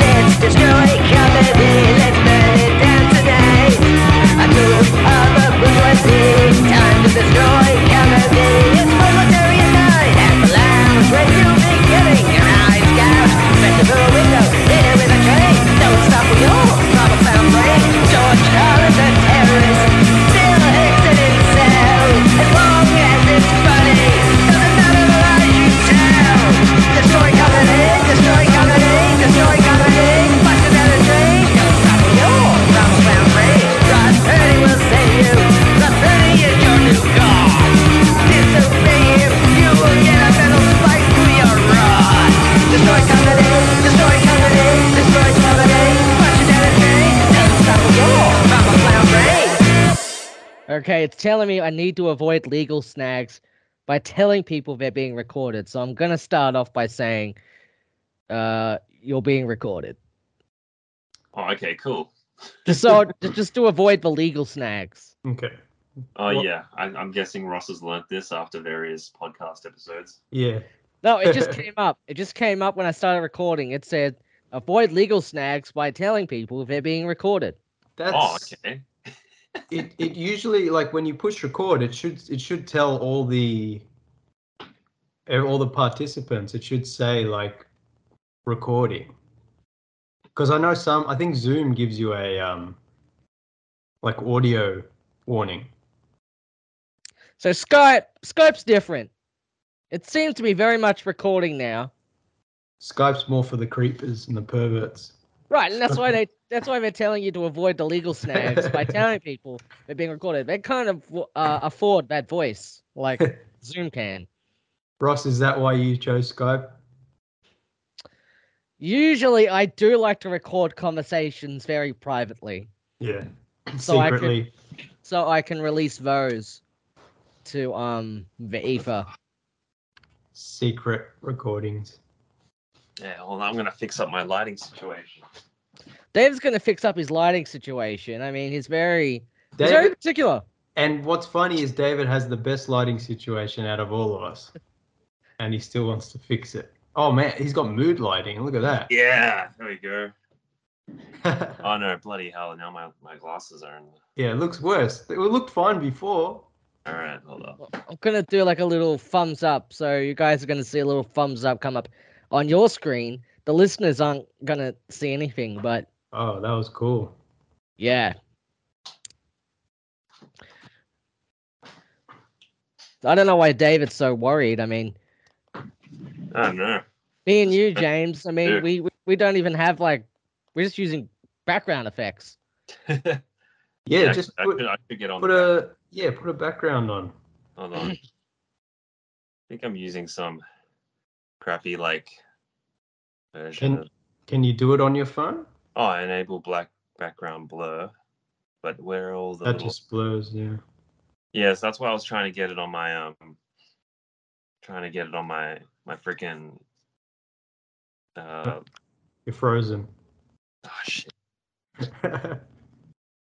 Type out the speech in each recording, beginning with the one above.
destroy comedy. Let's burn it down tonight. A group of the bourgeoisie. Time to destroy comedy. It's Proletariat Night at the lounge where you'll be getting your eyes gouged. Festival window, dinner with a train. Don't stop with your problem found brain. George Carlin, the terrorist. Still exiting cell. As long as it's funny, doesn't matter the lies you tell. Destroy comedy, destroy comedy, destroy comedy. Bust it down a drain. Don't stop with your problem found brain. Rod Purdy will save you. Rod Purdy is your new god. Disobey him, you will get a metal spike through your rod. Destroy comedy, destroy comedy, destroy comedy. Bust it down a drain. Don't stop with your problem found brain. Okay, it's telling me I need to avoid legal snags by telling people they're being recorded. So I'm gonna start off by saying, uh, you're being recorded. Oh, okay, cool. Just so just, just to avoid the legal snags. Okay. Oh Well- yeah, I, I'm guessing Ross has learnt this after various podcast episodes. Yeah. No, it just came up. It just came up when I started recording. It said avoid legal snags by telling people they're being recorded. That's Oh, okay. it, it usually like when you push record it should it should tell all the eh, all the participants it should say like recording because i know some i think zoom gives you a um like audio warning So Skype Skype's different. It seems to be very much recording now. skype's more for the creepers and the perverts Right, and that's why they that's why they're telling you to avoid the legal snags by telling people they're being recorded. They can't af- uh, afford that voice like Zoom can. ross is that why you chose skype Usually, I do like to record conversations very privately, yeah So I could- secretly so I can release those to um the ether. secret recordings Yeah, well, I'm gonna fix up my lighting situation. Dave's gonna fix up his lighting situation. I mean, he's very he's very David, particular. And what's funny is David has the best lighting situation out of all of us, and he still wants to fix it. Oh man, he's got mood lighting. Look at that. Yeah, there we go. Yeah, Oh no, bloody hell! Now my my glasses are in. it looks worse. It looked fine before. All right, hold up. I'm gonna do like a little thumbs up, so you guys are gonna see a little thumbs up come up on your screen. The listeners aren't gonna see anything, but Oh, that was cool. yeah. I don't know why David's so worried. I mean, Oh no. me and you, James. I mean, Yeah. we we- we don't even have like we're just using background effects. yeah, Yeah, I- just I, put, could, I could get on. put the back- a yeah, put a background on. Hold on. I think I'm using some crappy like version. Can Of, can you do it on your phone? oh, enable black background blur. But where are all the That little- just blurs. Yeah. Yes, that's why I was trying to get it on my um trying to get it on my my freaking uh You're frozen. oh shit. oh,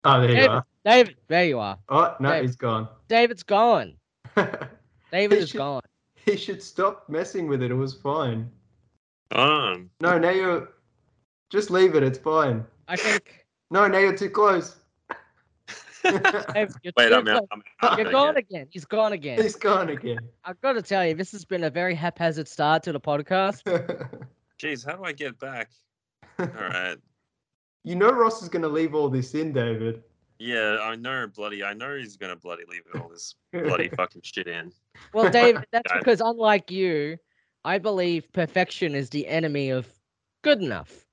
there you David. are. David, there you are. Oh no, David. he's gone. David's gone. David is should- gone. he should stop messing with it. It was fine. Um No, now you're. Just leave it. It's fine. I think No, now you're too close. David, you're wait, too I'm out. close. I'm out You're again. gone again. He's gone again. He's gone again. I've got to tell you, this has been a very haphazard start to the podcast. Jeez, how do I get back? All right. you know Ross is going to leave all this in, David. Yeah, I know bloody I know he's gonna bloody leave all this bloody fucking shit in. Well, David, that's Yeah. because unlike you, I believe perfection is the enemy of good enough.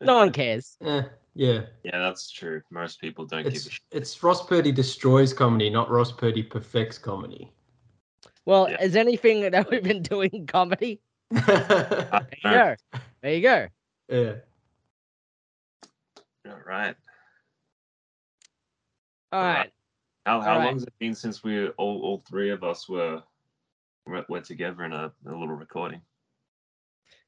No one cares. Eh, yeah, Yeah, that's true. Most people don't give a it's shit. it's Ross Purdy destroys comedy, not Ross Purdy perfects comedy. Well, Yeah. is anything that we've been doing comedy? yeah. I There you go. There you go. know. All right. All Right. right. How how All right. long's it been since we all all three of us were were, were together in a, a little recording?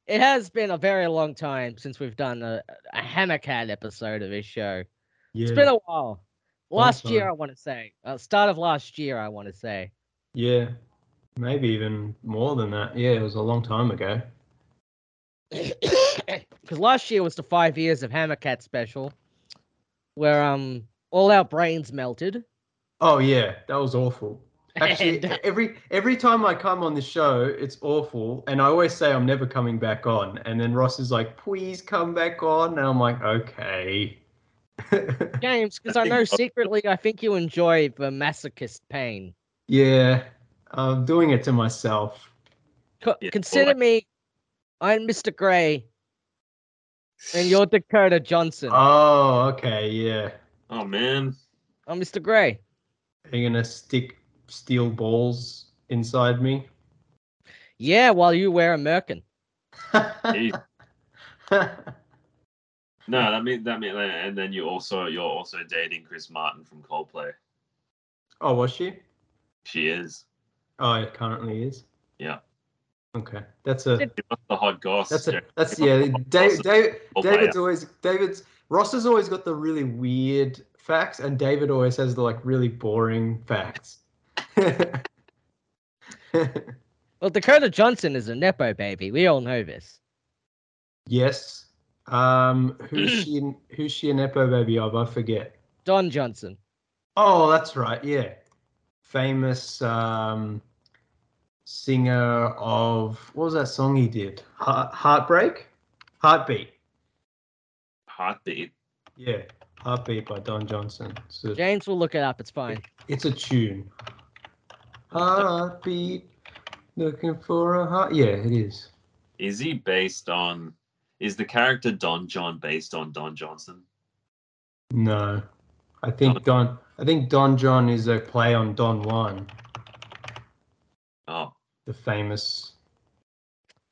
It has been a very long time since we've done a, a Hammercat episode of this show. Yeah. It's been a while. Long Last year, time. I want to say. Uh, start of last year, I want to say. yeah. Maybe even more than that. Yeah, it was a long time ago. because last year was the five years of Hammercat special, where um all our brains melted. Oh yeah, that was awful. Actually, And- every every time I come on the show, it's awful, and I always say I'm never coming back on. And then Ross is like, "Please come back on," and I'm like, "Okay." James, because I I know think- secretly I think you enjoy the masochist pain. yeah, I'm doing it to myself. Co- Yeah, well, consider like- me, I'm Mr. Gray, and you're Dakota Johnson. Oh, okay, yeah. Oh man, I'm Mr. Gray. Are you gonna stick steel balls inside me? Yeah, while you wear a merkin. Hey. no, that means that means, and then you also you're also dating Chris Martin from Coldplay. oh, was she? She is. Oh, it currently is. Yeah. Okay, that's a Give us the hot goss. that's a Jack. that's Give us yeah. the hot Dave, goss. Dave, Oh, yeah. David's always David's Ross has always got the really weird facts, and David always has the like really boring facts. Well, Dakota Johnson is a nepo baby. We all know this. yes. Um, who's she? Who's she an Epo baby of? I forget. Don Johnson. Oh, that's right. Yeah. Famous um, singer of what was that song he did? Heart, Heartbreak? Heartbeat. heartbeat. Yeah. Heartbeat by Don Johnson. It's a, James will look it up. It's fine. it's a tune. Heartbeat. Looking for a heart. Yeah, it is. Is he based on? Is the character Don John based on Don Johnson? No. I think Don I think Don John is a play on Don Juan, Oh, the famous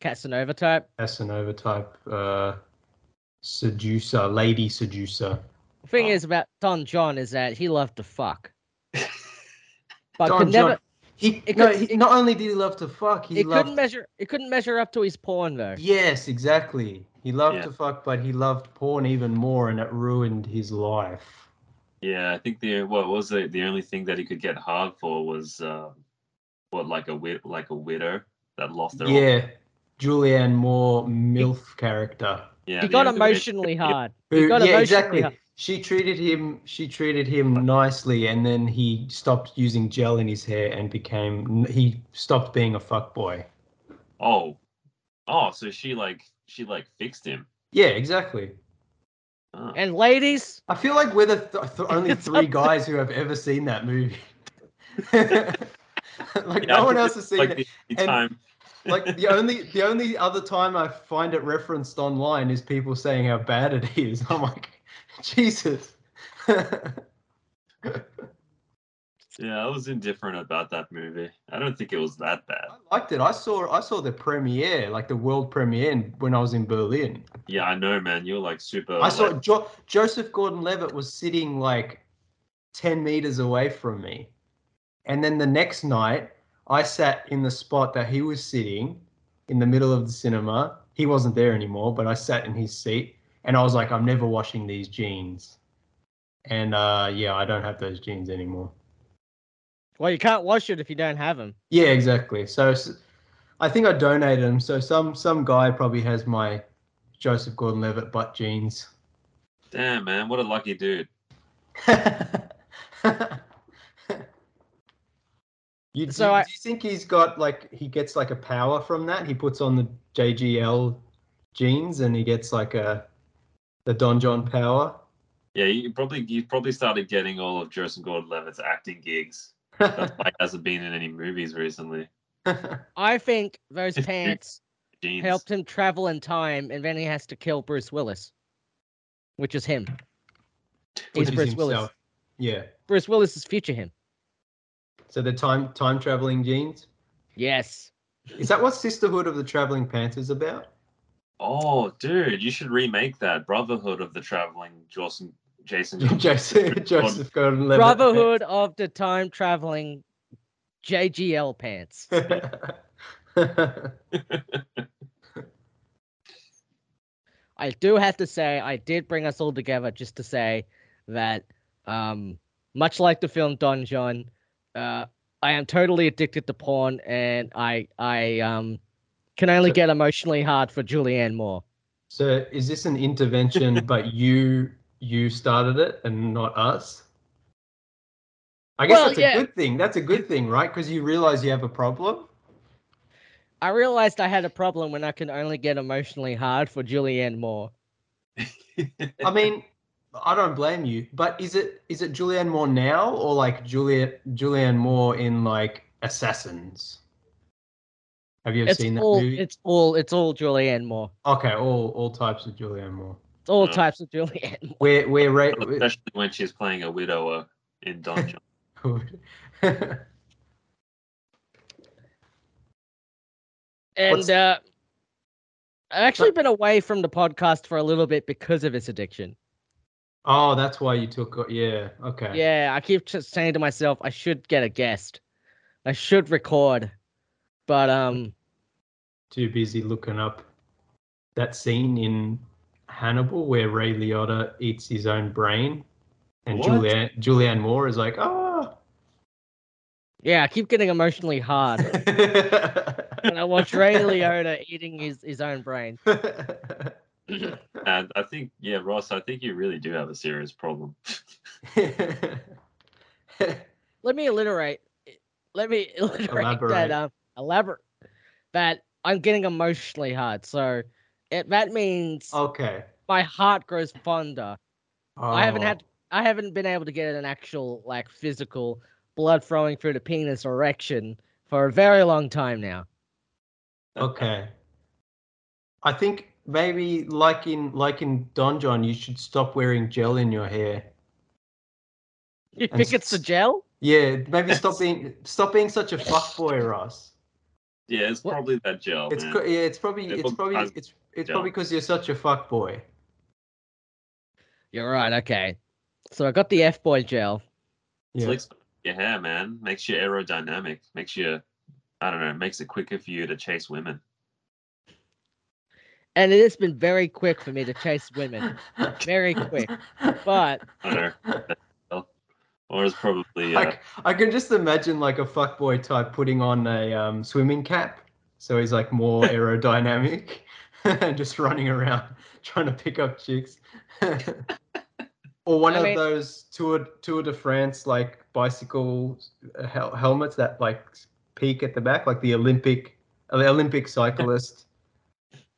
Casanova type. Casanova type uh, seducer, lady seducer. The thing Oh. is about Don John is that he loved to fuck. But Don could John. never He, it no, could- he, it- not only did he love to fuck, he it loved. couldn't measure it couldn't measure up to his porn though. yes, exactly. He loved Yeah. to fuck, but he loved porn even more, and it ruined his life. yeah. I think the what was it? The only thing that he could get hard for was uh, what like a wid- like a widow that lost her. yeah, Julianne Moore MILF character. yeah. He the got only way- emotionally hard. He Who, got yeah, emotionally exactly. hard. She treated him. She treated him nicely, and then he stopped using gel in his hair and became. He stopped being a fuck boy. Oh, oh. So she like she like fixed him. Yeah, exactly. Oh. And ladies, I feel like we're the th- th- only It's three up- guys who have ever seen that movie. like Yeah, I no one think else it's has seen like it. the only and- time. Like the only the only other time I find it referenced online is people saying how bad it is. I'm like, Jesus. Yeah, I was indifferent about that movie. I don't think it was that bad. I liked it. I saw I saw the premiere, like the world premiere, in- when I was in Berlin. Yeah, I know, man. You're like super. I saw like- jo- Joseph Gordon-Levitt was sitting like ten meters away from me, and then the next night I sat in the spot that he was sitting in the middle of the cinema. He wasn't there anymore, but I sat in his seat, and I was like, "I'm never washing these jeans," and uh, yeah, I don't have those jeans anymore. well, you can't wash it if you don't have them. Yeah, exactly. So s- I think I donated them. So some some guy probably has my Joseph Gordon-Levitt butt jeans. Damn, man, what a lucky dude. you, So do, I- do you think he's got like he gets like a power from that? He puts on the JGL jeans and he gets like a the Don John power. Yeah, you probably you probably started getting all of Joseph Gordon-Levitt's acting gigs. That's why he hasn't been in any movies recently. I think those If you- pants Jeans. helped him travel in time, and then he has to kill Bruce Willis, which is him. He's Which is Bruce Willis. himself. Yeah. Bruce Willis is future him. So the time time traveling jeans. Yes. Is that what Sisterhood of the Traveling Pants is about? Oh, dude, you should remake that Brotherhood of the Traveling Jason. Jason. Joseph Joseph Gordon-Levitt. Brotherhood of the time traveling JGL pants. yeah, I do have to say, I did bring us all together just to say that, um, much like the film Don John, uh, I am totally addicted to porn, and I I um Can only get emotionally hard for Julianne Moore. So is this an intervention, but you you started it and not us? I guess Well, that's a yeah. good thing. That's a good thing, right? Because you realize you have a problem. I realized I had a problem when I can only get emotionally hard for Julianne Moore. I mean, I don't blame you, but is it is it Julianne Moore now or like Juliet Julianne Moore in like Assassins? Have you ever It's seen that all, movie? it's all, it's all Julianne Moore. Okay, all all types of Julianne Moore. It's all Yeah. types of Julianne. Moore. We're we're ra- Especially when she's playing a widower in Don John. And What's- uh, I've actually been away from the podcast for a little bit because of this addiction. oh, that's why you took. Yeah. Okay. Yeah, I keep just saying to myself, I should get a guest. I should record. But um too busy looking up that scene in Hannibal where Ray Liotta eats his own brain, and What? Julianne Julianne Moore is like, ah. yeah, I keep getting emotionally hard when I watch Ray Liotta eating his, his own brain. And I think, yeah, Ross, I think you really do have a serious problem. Let me alliterate. Let me alliterate Elaborate. that um elaborate that I'm getting emotionally hard. So it, that means okay. my heart grows fonder. I haven't Oh. had I haven't been able to get an actual like physical blood flowing through the penis erection for a very long time now. Okay. I think maybe like in like in Don John, you should stop wearing gel in your hair. You And think it's the s- gel? Yeah, maybe stop being stop being such a fuckboy, Ross. Yeah, it's What- probably that gel. It's Oh, man. co- yeah, it's probably It it's looks probably as- it's it's yeah. probably because you're such a fuckboy. You're right. Okay. So I got the F boy gel. It's Yeah. like your hair, man. Makes you aerodynamic. Makes you, I don't know, makes it quicker for you to chase women. And it has been very quick for me to chase women. Very quick. But I don't know. Or it's probably, uh, I, c- I can just imagine like a fuckboy type putting on a um, swimming cap, so he's like more aerodynamic, and just running around trying to pick up chicks. or one I of mean- those Tour Tour de France like bicycle uh, hel- helmets that like peak at the back, like the Olympic uh, the Olympic cyclist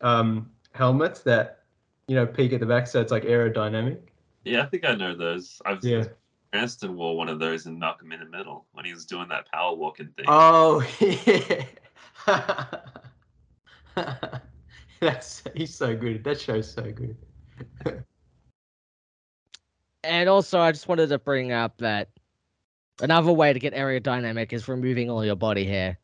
um, helmets that you know peak at the back, so it's like aerodynamic. yeah, I think I know those. I've Yeah. Cranston wore one of those in Malcolm in the Middle when he was doing that power walking thing. Oh yeah. That's he's so good. That show's so good. and also I just wanted to bring up that another way to get aerodynamic is removing all your body hair,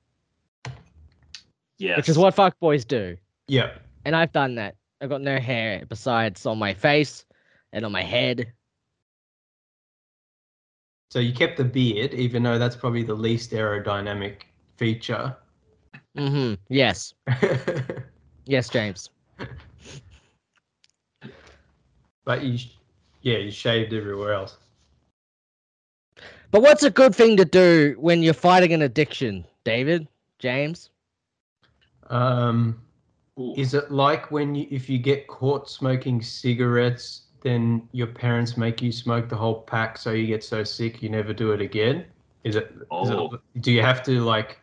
yes. which is what fuck boys do. Yeah. And I've done that. I've got no hair besides on my face and on my head. So you kept the beard, even though that's probably the least aerodynamic feature. Mm-hmm. Yes. but Yes, James. you, sh- yeah, you shaved everywhere else. But what's a good thing to do when you're fighting an addiction, David? James? Um, Ooh. is it like when you, if you get caught smoking cigarettes, then your parents make you smoke the whole pack, so you get so sick you never do it again? Is it Is it- Oh, do you have to like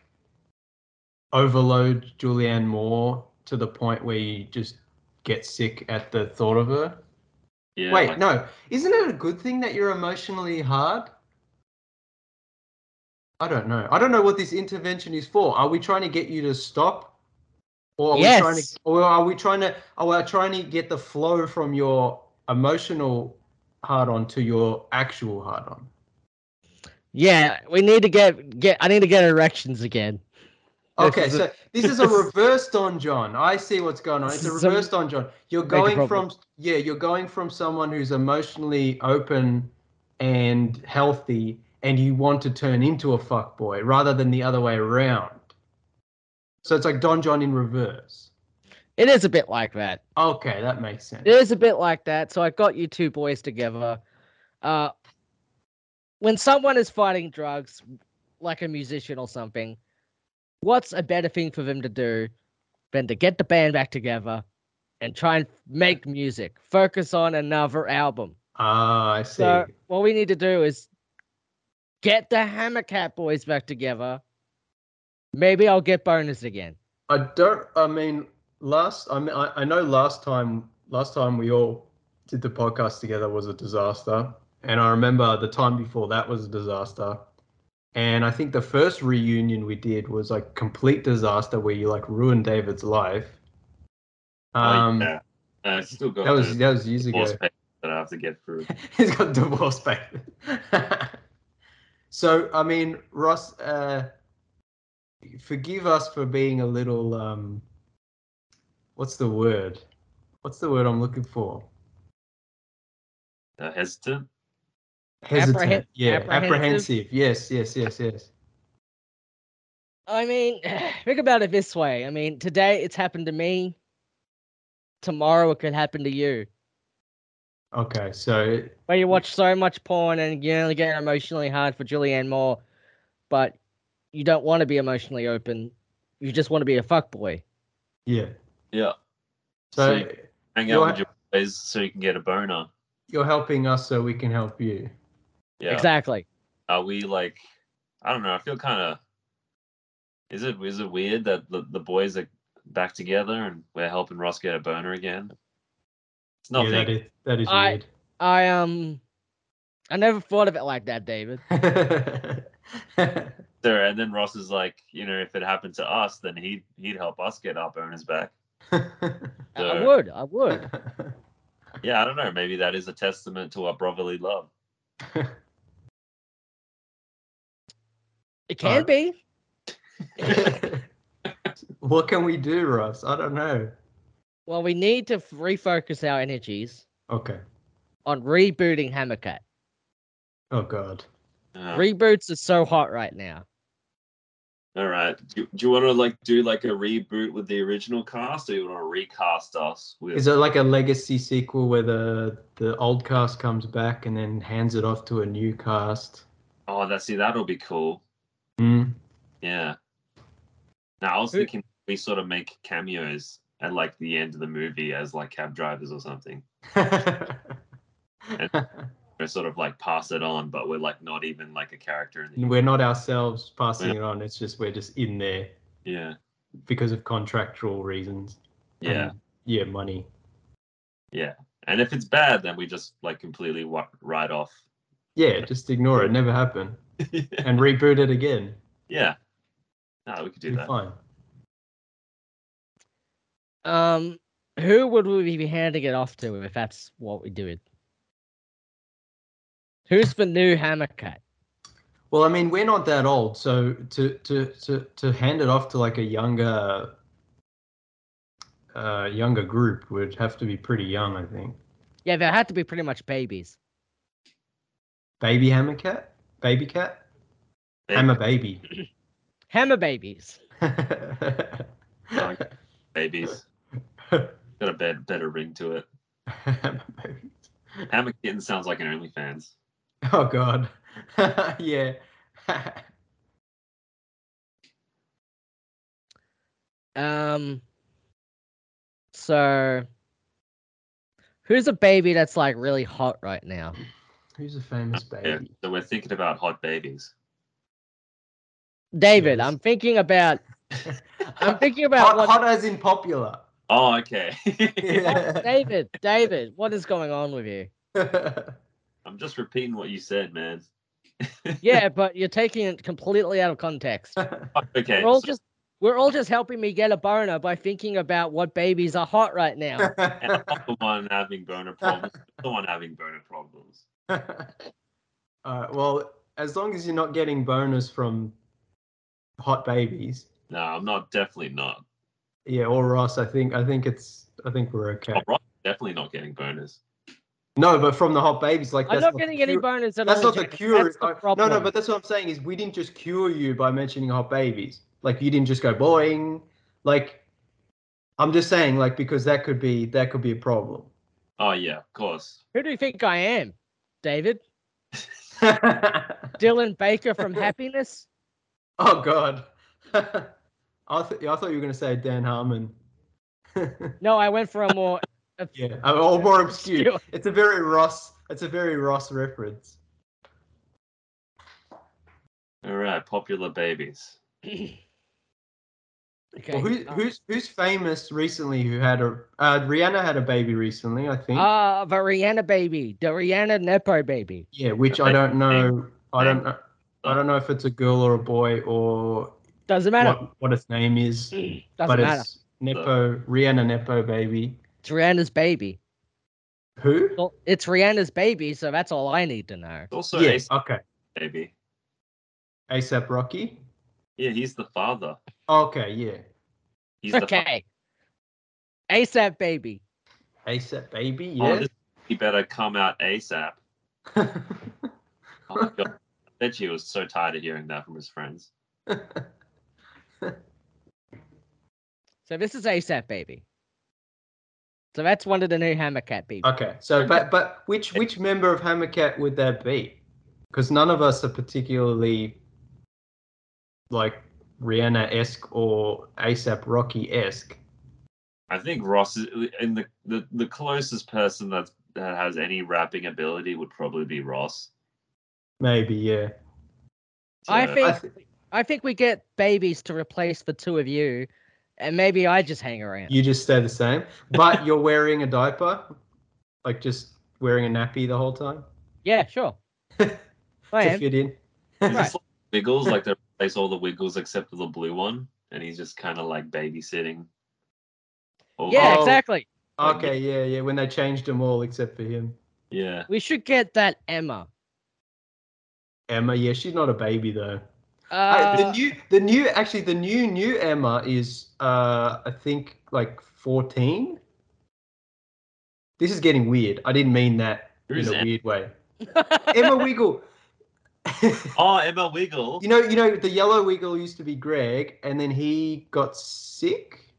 overload Julianne Moore to the point where you just get sick at the thought of her? yeah. Wait, like- no. Isn't it a good thing that you're emotionally hard? I don't know. I don't know what this intervention is for. Are we trying to get you to stop? Or are Yes. we trying to or are we trying to are we trying to get the flow from your emotional hard on to your actual hard on? Yeah, we need to get get. I need to get erections again. This Okay, is a- so this is a reverse Don John. I see what's going on. This It's a is a- reverse Don John. You're Bigger going problem. from yeah, you're going from someone who's emotionally open and healthy, and you want to turn into a fuckboy rather than the other way around. So it's like Don John in reverse. It is a bit like that. Okay, that makes sense. It is a bit like that. So I got you two boys together. Uh, when someone is fighting drugs, like a musician or something, what's a better thing for them to do than to get the band back together and try and make music. Focus on another album. Ah, I see. So what we need to do is get the Hammercat boys back together. Maybe I'll get bonus again. I don't. I mean, last. I mean, I, I know last time. Last time we all did the podcast together was a disaster, and I remember the time before that was a disaster. And I think the first reunion we did was like complete disaster, where you like ruined David's life. Um, oh, yeah. Uh, I still got that was the that was years ago. divorce papers that I have to get through. He's got divorce papers. so I mean, Ross, uh, forgive us for being a little. Um, what's the word? What's the word I'm looking for? Uh, hesitant. Apprehen- yeah, apprehensive? apprehensive. Yes, yes, yes, yes. I mean, think about it this way. I mean, today it's happened to me. Tomorrow it could happen to you. Okay, so Where Mm. you watch so much porn and you only get emotionally hard for Julianne Moore, but you don't want to be emotionally open. You just want to be a fuckboy. yeah, Yeah. so So- Hang You're- out with your boys so you can get a boner. you're helping us, so we can help you. Yeah. Exactly. Are we like? I don't know. I feel kind of. Is it is it weird that the, the boys are back together and we're helping Ross get a boner again? It's Yeah, nothing. that is that is I- weird. I um I never thought of it like that, David. there. And then Ross is like, you know, if it happened to us, then he'd he'd help us get our boners back. I- I So, would, I would. Yeah, I don't know. Maybe that is a testament to our brotherly love. It can Uh, be. what can we do, Russ? I don't know. Well, we need to f- refocus our energies Okay. on rebooting Hammercat. Oh God. Uh, Reboots are so hot right now. all right. Do, do you want to like do like a reboot with the original cast, or you want to recast us with? Is it like a legacy sequel where the the old cast comes back and then hands it off to a new cast? oh, that see that'll be cool. Hmm. Yeah. Now I was Who- thinking we sort of make cameos at like the end of the movie as like cab drivers or something. We're sort of like pass it on, but we're like not even like a character in the we're not ourselves passing it on. It's just we're just in there yeah because of contractual reasons. yeah. Um, yeah, money. And if it's bad, then we just like completely wa- write off. Yeah, just ignore it. Never happen. And reboot it again. yeah. No, we could do Be that. fine. Um, who would we be handing it off to if that's what we did? Who's the new Hammercat? Well, I mean, we're not that old, so to to to to hand it off to like a younger uh younger group would have to be pretty young, I think. Yeah, they had to be pretty much babies. Baby hammer cat? Baby cat? Baby. Hammer baby. Hammer babies. hammer Babies. Got a bed, better ring to it. baby. Hammer Kitten sounds like an OnlyFans. Oh god. yeah. Um, so who's a baby that's like really hot right now? Who's a famous Yeah. baby? So we're thinking about hot babies. David, Yes. I'm thinking about. I'm thinking about hot, what. hot as in popular. Oh, okay. David, David, what is going on with you? I'm just repeating what you said, man. Yeah, but you're taking it completely out of context. Oh, Okay. We're all so- just we're all just helping me get a boner by thinking about what babies are hot right now. and I'm the one having boner problems. You're The one having boner problems. All right. Uh, Well, as long as you're not getting bonus from hot babies, No, I'm not. Definitely not. yeah, or Ross, I think I think it's I think we're okay. Oh, Ross, definitely not getting boners. No, but from the hot babies, like I'm that's not the getting any cure- boners at That's all. not the Jack. cure. That's the I- problem. no, no, but that's what I'm saying is we didn't just cure you by mentioning hot babies. Like you didn't just go boing. Like I'm just saying, like because that could be that could be a problem. Oh yeah, of course. who do you think I am, David? Dylan Baker from Happiness? oh God. I, th- I thought you were going to say Dan Harmon. No, I went for a more yeah, uh, or more obscure. Obscure. It's a very Ross. It's a very Ross reference. All right, popular babies. okay. Well, who, who's who's famous recently? Who had a uh, Rihanna had a baby recently? I think. Ah, the Rihanna baby, the Rihanna Nepo baby. yeah, which I don't know. I don't know. I don't know if it's a girl or a boy or Doesn't matter. what, what its name is, Doesn't but matter. It's... it's Nepo Rihanna Nepo baby. Rihanna's baby. Who? Well, it's Rihanna's baby, so that's all I need to know. It's also yeah. Ace Okay. baby. ASAP Rocky. Yeah, he's the father. Okay. Yeah. He's Okay. ASAP baby. ASAP baby. The father. Yeah. Oh, this- he better come out ASAP. Oh my god. I bet you he was so tired of hearing that from his friends. So this is ASAP baby. So that's one of the new Hammercat people. okay. So, but but which which member of Hammercat would that be? Because none of us are particularly like Rihanna esque or ASAP Rocky esque. I think Ross is in the, the, the closest person that's, that has any rapping ability would probably be Ross. Maybe. Yeah. I So- think- I th- I think we get babies to replace the two of you, and maybe I just hang around. you just stay the same, but you're wearing a diaper, like just wearing a nappy the whole time Yeah, sure. I to am. fit in. Is this like Wiggles, like they replace all the Wiggles except for the blue one, and he's just kind of like babysitting. Oh, Yeah, Oh. exactly. Okay. Yeah. Yeah. When they changed them all except for him. yeah. We should get that Emma. Emma, yeah, she's not a baby though. Uh, the Uh, new, the new, actually, the new new Emma is, uh, I think, like fourteen. This is getting weird. I didn't mean that Who's in a Emma? weird way. Uh, Emma Wiggle. Oh, Emma Wiggle. you know, you know, the yellow Wiggle used to be Greg, and then he got sick,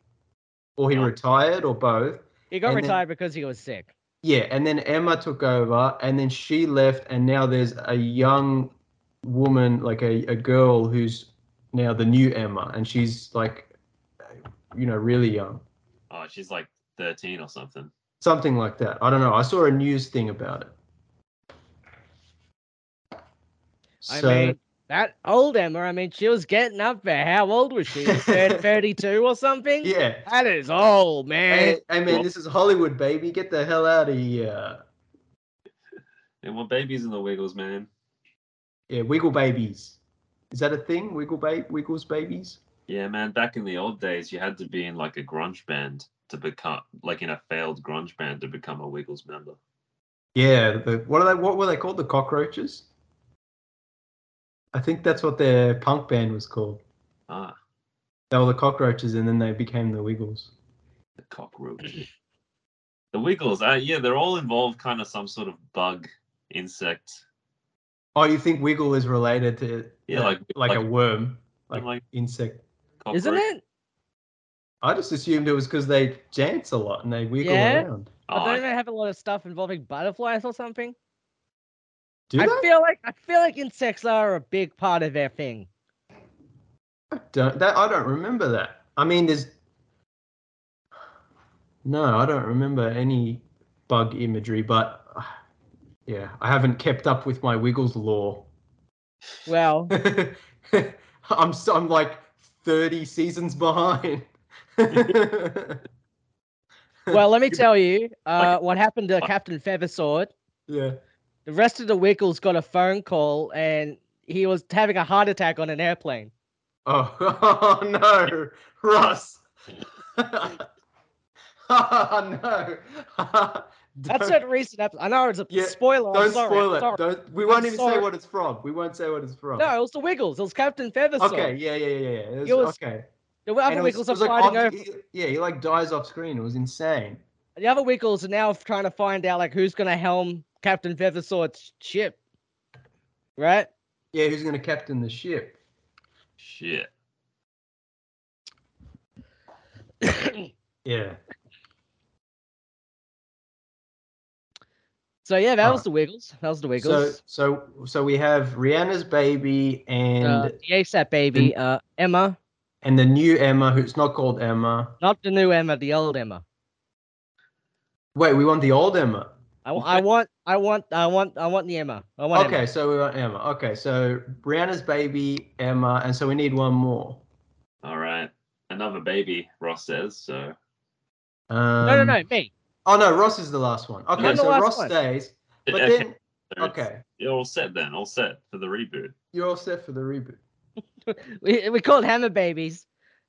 or he Oh. retired, or both. he got and then- retired because he was sick. Yeah, and then Emma took over, and then she left, and now there's a young woman, like a, a girl, who's now the new Emma, and she's like, you know, really young, oh, she's like thirteen or something. something like that. I don't know. I saw a news thing about it. I So- mean, that old Emma, I mean, she was getting up there. How old was she? Thir- 32 or something? yeah. That is old, man. Hey, hey, man, this is Hollywood, baby. Get the hell out of here. They want babies in the Wiggles, man. Yeah, Wiggle Babies. Is that a thing? Wiggle babe, Wiggles Babies? Yeah, man. Back in the old days, you had to be in like a grunge band to become, like in a failed grunge band to become a Wiggles member. Yeah, the, what are they? What were they called? The cockroaches. I think that's what their punk band was called. Ah, They were the cockroaches, and then they became the Wiggles. the cockroach. the Wiggles. Uh, yeah, they're all involved, kind of some sort of bug, insect. Oh, you think Wiggle is related to Yeah, that- like- like a like- worm, like, Like, like insect? Isn't cockroach. it? I just assumed it was because they dance a lot and they wiggle Yeah. around. Oh, But don't they have a lot of stuff involving butterflies or something? Do I they? feel like I feel like insects are a big part of their thing. don't that I don't remember that. I mean, there's no, I don't remember any bug imagery, but uh, yeah, I haven't kept up with my Wiggles lore. Well, I'm s I'm like 30 seasons behind. well, let me tell you uh, Like- what happened to Captain Feathersword. yeah. The rest of the Wiggles got a phone call, and he was having a heart attack on an airplane. Oh, oh no, Ross. oh no. That's Don't- a recent episode. I know it's a Yeah, spoiler. I'm Don't sorry, spoil I'm it. sorry. Don't, we won't I'm even say sorry. what it's from. We won't say what it's from. No, it was the Wiggles. It was Captain Feathersword. Okay. Yeah. Yeah. Yeah. Yeah. It was, It was- okay. The other And it was- Wiggles it was are like fighting off- over. he- yeah. He like dies off screen. It was insane. The other Wiggles are now trying to find out like who's gonna helm Captain Feathersword's ship, right? Yeah. Who's gonna captain the ship? Shit. Yeah. So yeah, that Huh. was the Wiggles. That was the So Wiggles. so so we have Rihanna's baby and uh, the ASAP baby, uh, Emma, and the new Emma, who's not called Emma. Not the new Emma, the old Emma. Wait, we want the old Emma. I, w- I want, I want, I want, I want the Emma. I want Okay, so we want Emma. Okay, so Brianna's baby, Emma, and so we need one more. All right. Another baby, Ross says. So Um, Emma. No, no, no, me. Oh no, Ross is the last one. Okay, I'm the so last Ross one. stays, but Okay, then so it's- okay, You're all set then. All set for the reboot. you're all set for the reboot. We we called Hammer babies,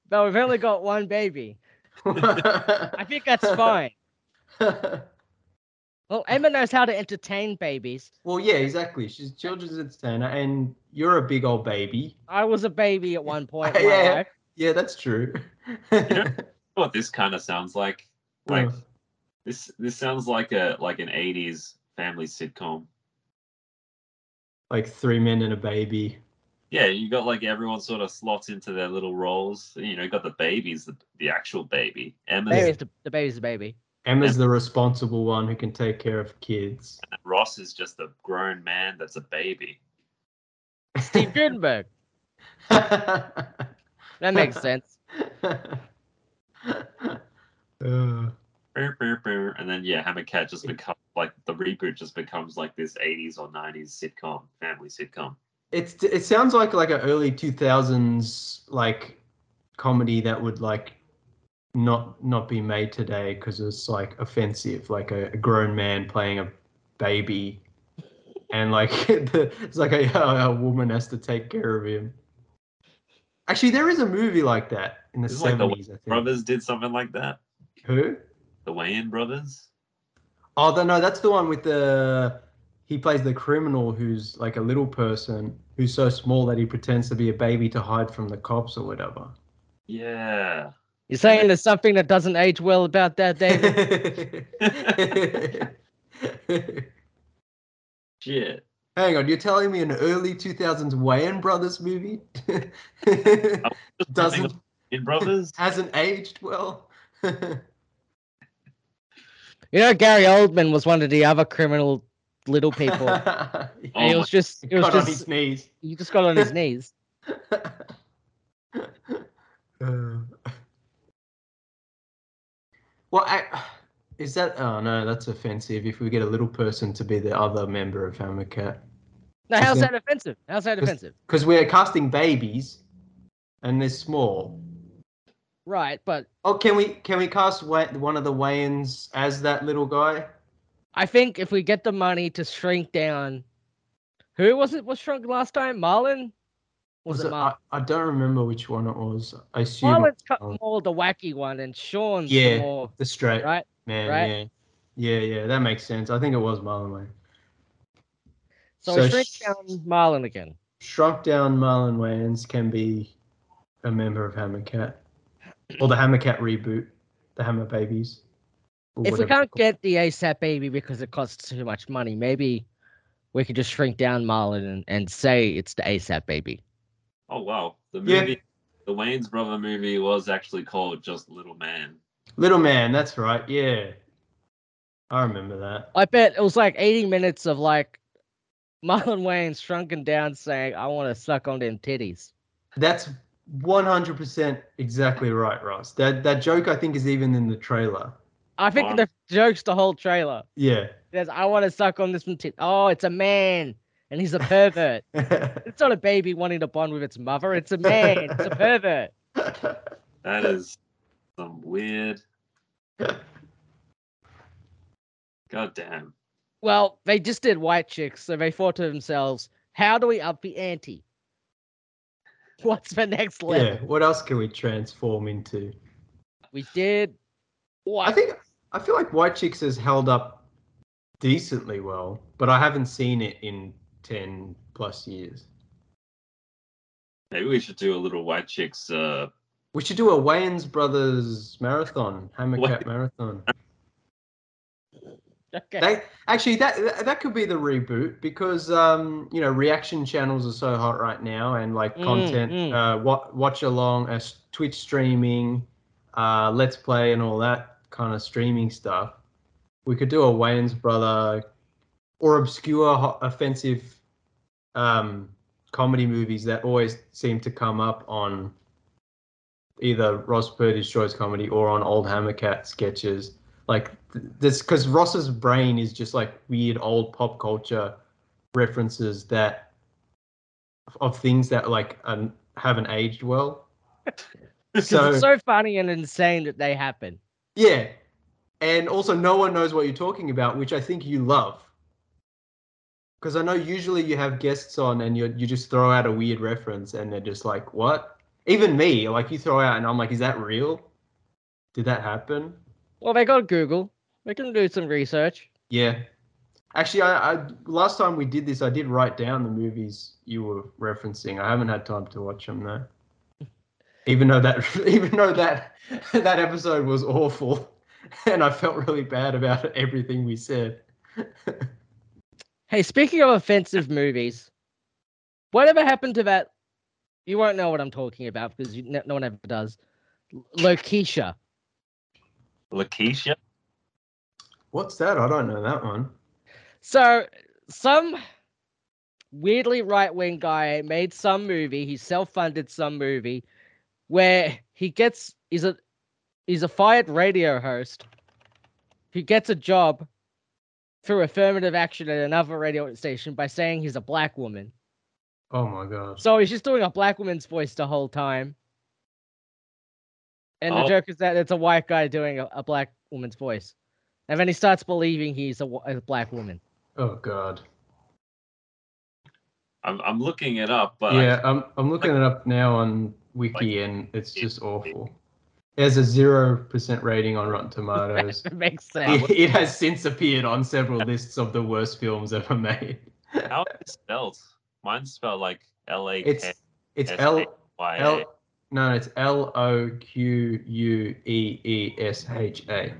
but we've only got one baby. I think that's fine. Well, Emma knows how to entertain babies. well, yeah, exactly. She's a children's entertainer, and you're a big old baby. I was a baby at one point in my Yeah. life. Yeah, that's true. What this kind of sounds like? Like Mm. this. This sounds like a like an '80s family sitcom. like three men and a baby. Yeah, you got like everyone sort of slots into their little roles. You know, you got the babies, the, the actual baby. Emma's Baby's the, the baby's the baby. Emma's the responsible one who can take care of kids. Ross is just a grown man that's a baby. Steve Gutenberg. Uh, That makes sense. Brr, brr, brr. And then yeah, Hammer Cat Mm. just becomes like the reboot just becomes like this '80s or '90s sitcom, family sitcom. it's it sounds like like an early two thousands like comedy that would like not not be made today because it's like offensive, like a, a grown man playing a baby, and like the, it's like a, a woman has to take care of him. Actually, there is a movie like that in the It's like the seventies. I think. Brothers did something like that. Who? the The Wayne brothers. Oh, no, that's the one with the. He plays the criminal who's like a little person who's so small that he pretends to be a baby to hide from the cops or whatever. Yeah. You're saying there's something that doesn't age well about that, David? Hang Shit. on, you're telling me an early 2000s Wayans Brothers movie doesn't in brothers? hasn't aged well? you know, Gary Oldman was one of the other criminal little people. and Got Oh it was just, it was on just, his knees. he just got on his knees. Uh, well, I, is that? Oh no, that's offensive. If we get a little person to be the other member of Hammer Cat, Now, how's Isn't- that offensive? How's that Just- offensive? because we're casting babies, and they're small. Right, but Oh, can we can we cast Wa- one of the Wayans as that little guy? I think if we get the money to shrink down, who was it? Was shrunk last time? Marlon? Was, it Marlon? I, I don't remember which one it was. I assume Marlon's cut Marlon. more the wacky one, and Sean's Yeah. the more the straight right. man. right. Yeah, yeah, yeah. That makes sense. I think it was Marlon Wayne. So, we So shrink sh- down Marlon again. shrunk down Marlon Wayans can be a member of Hammer Cat or the Hammer Cat reboot, the Hammer Babies. or If we whatever can't they're get the ASAP baby because it costs too much money, maybe we could just shrink down Marlon and, and say it's the ASAP baby. Oh wow. The Yeah. movie the Wayne's brother movie was actually called just Little Man. called. Little Man, that's right. Yeah, I remember that. I bet it was like 80 minutes of like Marlon Wayne shrunken down saying, I want to suck on them titties. That's one hundred percent exactly right, Ross. That that joke I think is even in the trailer. I think Wow. the joke's the whole trailer. Yeah. There's, I want to suck on this one tit. Oh, it's a man. And he's a pervert. it's not a baby wanting to bond with its mother. It's a man. it's a pervert. That is some weird God damn. Well, they just did white chicks, so they thought to themselves, how do we up the ante? What's the next level? yeah. What else can we transform into? We did what? I think I feel like White Chicks has held up decently well, but I haven't seen it in ten plus years. Maybe we should do a little white chicks uh We should do a Wayans Brothers marathon, Hammer What? Cat marathon. okay. They, actually, that that- that could be the reboot because um, you know reaction channels are so hot right now, and like Mm, content, Uh, wa- watch along, uh, s- Twitch streaming, uh, let's play, and all that kind of streaming stuff. We could do a Wayne's brother or obscure, ho- offensive um, comedy movies that always seem to come up on either Ross Purdy's Choice Comedy or on Old Hammercat sketches. Like th- this, because Ross's brain is just like weird old pop culture references that of things that like um, haven't aged well. 'Cause it's so funny and insane that they happen. Yeah. And also, no one knows what you're talking about, which I think you love. Because I know usually you have guests on and you you just throw out a weird reference and they're just like, what? Even me, like you throw out and I'm like, is that real? Did that happen? Well, they got Google. They can do some research. Yeah. Actually, I, I last time we did this, I did write down the movies you were referencing. I haven't had time to watch them though. Even though that, even though that that episode was awful, and I felt really bad about everything we said. Hey, speaking of offensive movies, whatever happened to that? You won't know what I'm talking about because you, no, no one ever does. L- Lokisha. Lakeisha? What's that? I don't know that one. So, some weirdly right wing guy made some movie. He self funded some movie where he gets he's a he's a fired radio host who gets a job through affirmative action at another radio station by saying he's a black woman. Oh my god. So he's just doing a black woman's voice the whole time. And the Oh. joke is that it's a white guy doing a, a black woman's voice. And then he starts believing he's a, wh- a black woman. Oh god. I'm, I'm looking it up, but Yeah, I'm I'm looking it up now on Wiki and it's just awful. It has a zero percent rating on Rotten Tomatoes. It makes sense. it, it has since appeared on several lists of the worst films ever made. I, how is it spelled? Mine's spelled like L A It's K it's S- L Y L A. no, it's L O Q U E E S H A.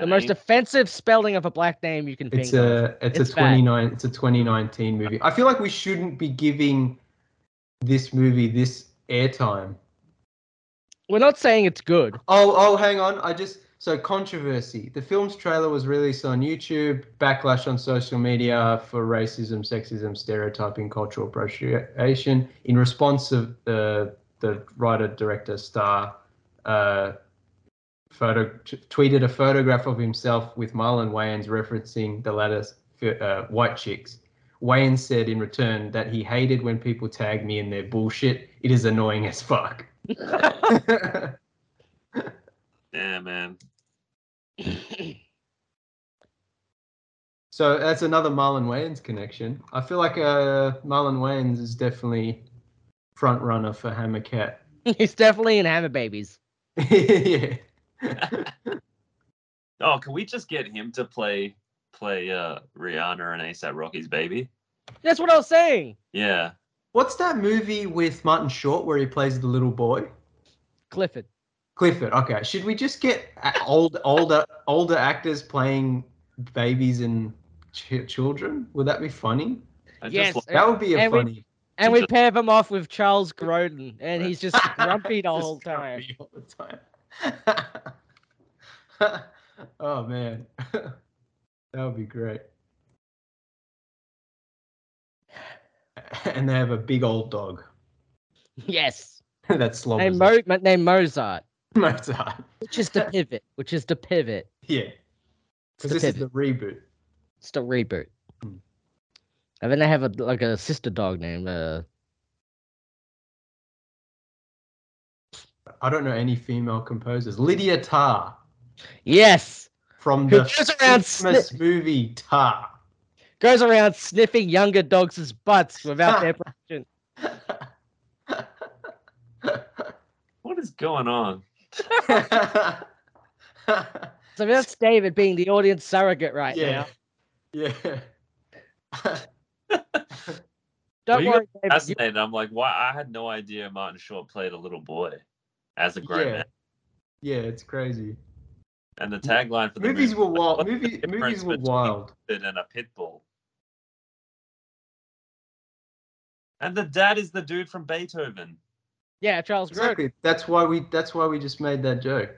the most offensive spelling of a black name you can think It's uh, of. a it's, It's a bad. 29 it's a 2019 movie. I feel like we shouldn't be giving this movie this airtime. We're not saying it's good. Oh, oh, hang on. I just so controversy. The film's trailer was released on YouTube. Backlash on social media for racism, sexism, stereotyping, cultural appropriation. In response of uh, the writer director star, uh, photo t- tweeted a photograph of himself with Marlon Wayans referencing the latter's uh, white chicks. Wayans said in return that he hated when people tag me in their bullshit. It is annoying as fuck. Yeah, man. So that's another Marlon Wayans connection. I feel like uh, Marlon Wayans is definitely front runner for Hammer Cat. He's definitely in Hammer Babies. yeah. Oh, can we just get him to play play uh Rihanna and ASAP Rocky's baby? That's what I was saying. Yeah. What's that movie with Martin Short where he plays the little boy? Clifford. Clifford. Okay. Should we just get a- old, older, older actors playing babies and ch- children? Would that be funny? I Yes. just That would be a And we- funny. And we pair them off with Charles Grodin, and he's just grumpy the Just whole time. grumpy all the time. oh man, that would be great. And they have a big old dog Yes. that Named, slobbers. Mo- named Mozart, Mozart. which is the pivot, which is the pivot. Yeah, It's because the this is pivot. the reboot. It's the reboot. Hmm. And then they have a like a sister dog named uh I don't know any female composers. Lydia Tar Yes. from Who the goes around famous movie Tar. Goes around sniffing younger dogs' butts Ah. without their permission. what is going on? So that's David being the audience surrogate right now. Yeah. Yeah. Don't Well, you worry, David. you- Fascinated. I'm like, why I had no idea Martin Short played a little boy as a grown Yeah. man. yeah, it's crazy. And the tagline for the Movies movie were was, wild. "What's the Movie, difference movies were between wild. Sid And a pit bull. And the dad is the dude from Beethoven. Yeah, Charles Grodin. Exactly. That's why we. That's why we just made that joke.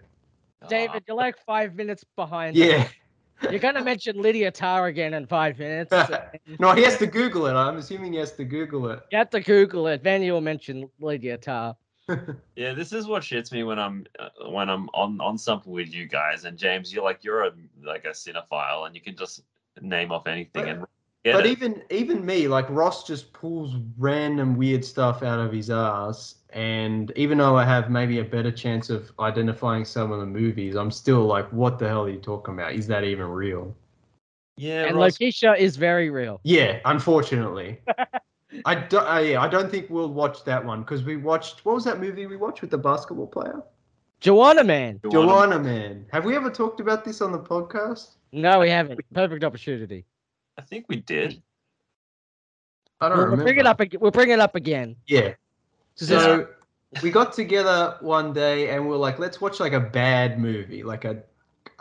David, you're like five minutes behind. Yeah. You're gonna mention Lydia Tar again in five minutes. No, he has to Google it. I'm assuming he has to Google it. you have to Google it, then you'll mention Lydia Tar. Yeah, this is what shits me when I'm uh, when I'm on on something with you guys and James. You're like you're a like a cinephile and you can just name off anything and get but it. even even me, like Ross just pulls random weird stuff out of his ass, and even though I have maybe a better chance of identifying some of the movies, I'm still like, what the hell are you talking about? Is that even real? yeah, and Ross, Lakeisha is very real. Yeah, unfortunately. I don't. I, yeah, I don't think we'll watch that one because we watched. What was that movie we watched with the basketball player? Joanna Man. you wanna- Joanna Man. Have we ever talked about this on the podcast? No, we haven't. Perfect opportunity. I think we did. I don't We'll, remember. we'll bring it up. ag- We'll bring it up again. Yeah. Yeah. So we got together one day and we were like, let's watch like a bad movie, like a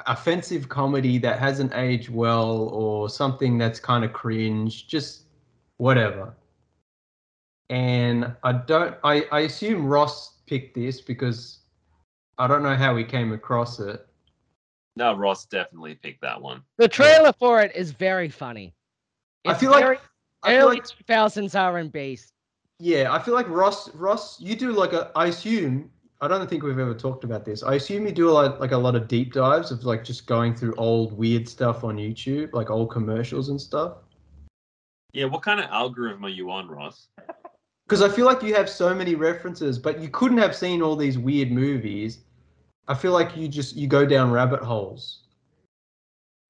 offensive comedy that hasn't aged well or something that's kind of cringe, just whatever. And I don't I, I assume Ross picked this because I don't know how he came across it. No, Ross definitely picked that one. The trailer for it is very funny. I It's feel like- very I feel early like two thousands R and B. Yeah, I feel like Ross. Ross, you do like a. I assume. I don't think we've ever talked about this. I assume you do like like a lot of deep dives of like just going through old weird stuff on YouTube, like old commercials and stuff. Yeah, what kind of algorithm are you on, Ross? Because I feel like you have so many references, but you couldn't have seen all these weird movies. I feel like you just you go down rabbit holes.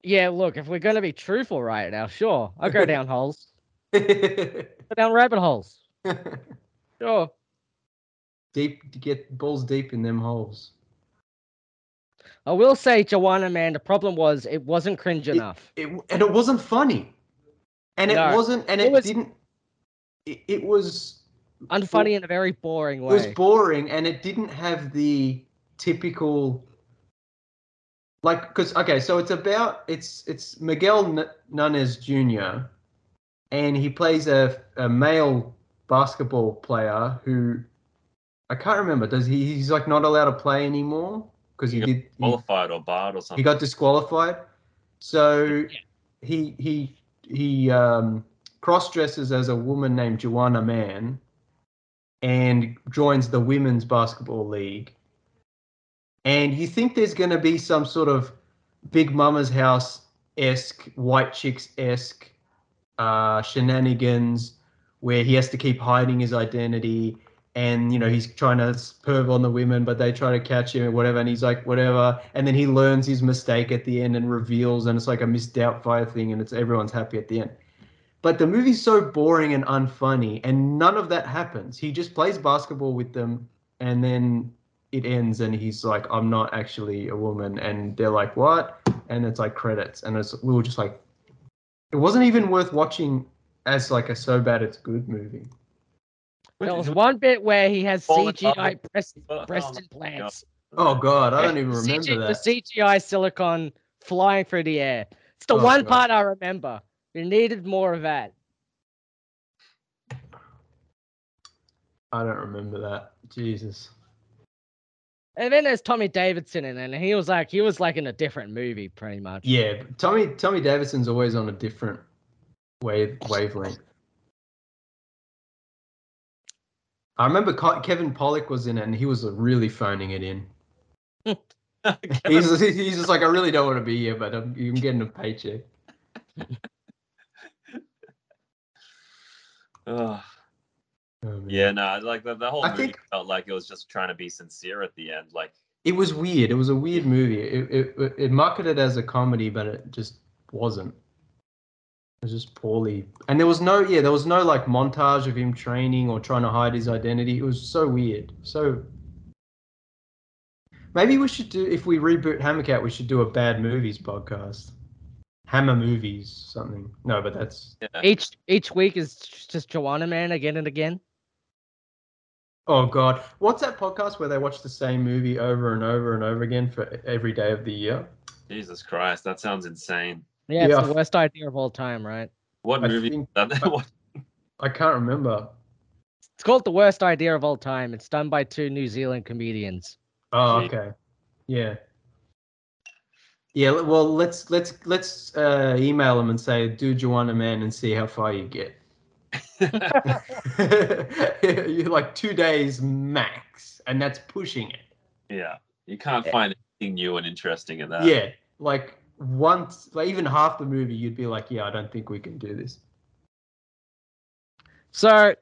Yeah, look, if we're gonna be truthful right now, sure, I'll go down holes, deep go down rabbit holes. Sure. get balls deep in them holes. I will say, Joanna Man. The problem was it wasn't cringe enough. it and it wasn't funny and it No. wasn't and it, It was- didn't it, it was Unfunny in a very boring it was way. boring and it didn't have the typical like because okay so it's about it's it's miguel N- nunez jr and he plays a, a male basketball player who i can't remember does he he's like not allowed to play anymore because He he, got did he- Qualified or barred or he something? got disqualified. So he he he um, cross dresses as a woman named Joanna Mann and joins the women's basketball league. And you think there's going to be some sort of Big Mama's House esque, White Chicks esque uh, shenanigans where he has to keep hiding his identity and you know he's trying to perv on the women but they try to catch him and whatever and he's like whatever and then he learns his mistake at the end and reveals and it's like a miss doubtfire thing and it's everyone's happy at the end but the movie's so boring and unfunny and none of that happens he just plays basketball with them and then it ends and he's like i'm not actually a woman and they're like what and it's like credits and it's we were just like it wasn't even worth watching as like a so bad it's good movie There was one bit where he has Fallen CGI breast, Oh, breast my implants. Oh god, I don't even remember CG, that. the CGI silicon flying through the air. It's the Oh, one God. part I remember. We needed more of that. I don't remember that. Jesus. And then there's Tommy Davidson in it, and he was like he was like in a different movie, pretty much. Yeah, but Tommy Tommy Davidson's always on a different wave wavelength. I remember Co- Kevin Pollock was in it, and he was really phoning it in. He's, he's just like, I really don't want to be here, but I'm, I'm getting a paycheck. Ugh. Oh, man. yeah, no, I like that. The whole I movie think- felt like it was just trying to be sincere at the end. Like, it was weird. It was a weird movie. It it it marketed as a comedy, but it just wasn't. It was just poorly. And there was no yeah, there was no like montage of him training or trying to hide his identity. It was so weird. So maybe we should do if we reboot Hammercat, we should do a bad movies podcast. Hammer movies, something. No, but that's Each each week is just Joanna Man again and again. oh god. What's that podcast where they watch the same movie over and over and over again for every day of the year? Jesus Christ, that sounds insane. Yeah, it's Yeah. the worst idea of all time, right? What I movie? think- what, I can't remember. It's called the worst idea of all time. It's done by two New Zealand comedians. Oh, Yeah. okay. Yeah. Yeah. le- Well, let's let's let's uh, email them and say, "Do Joanna Man and see how far you get." You're like two days max, and that's pushing it. yeah, you can't Yeah. find anything new and interesting in that. yeah, like once, like even half the movie, you'd be like, yeah, I don't think we can do this. So,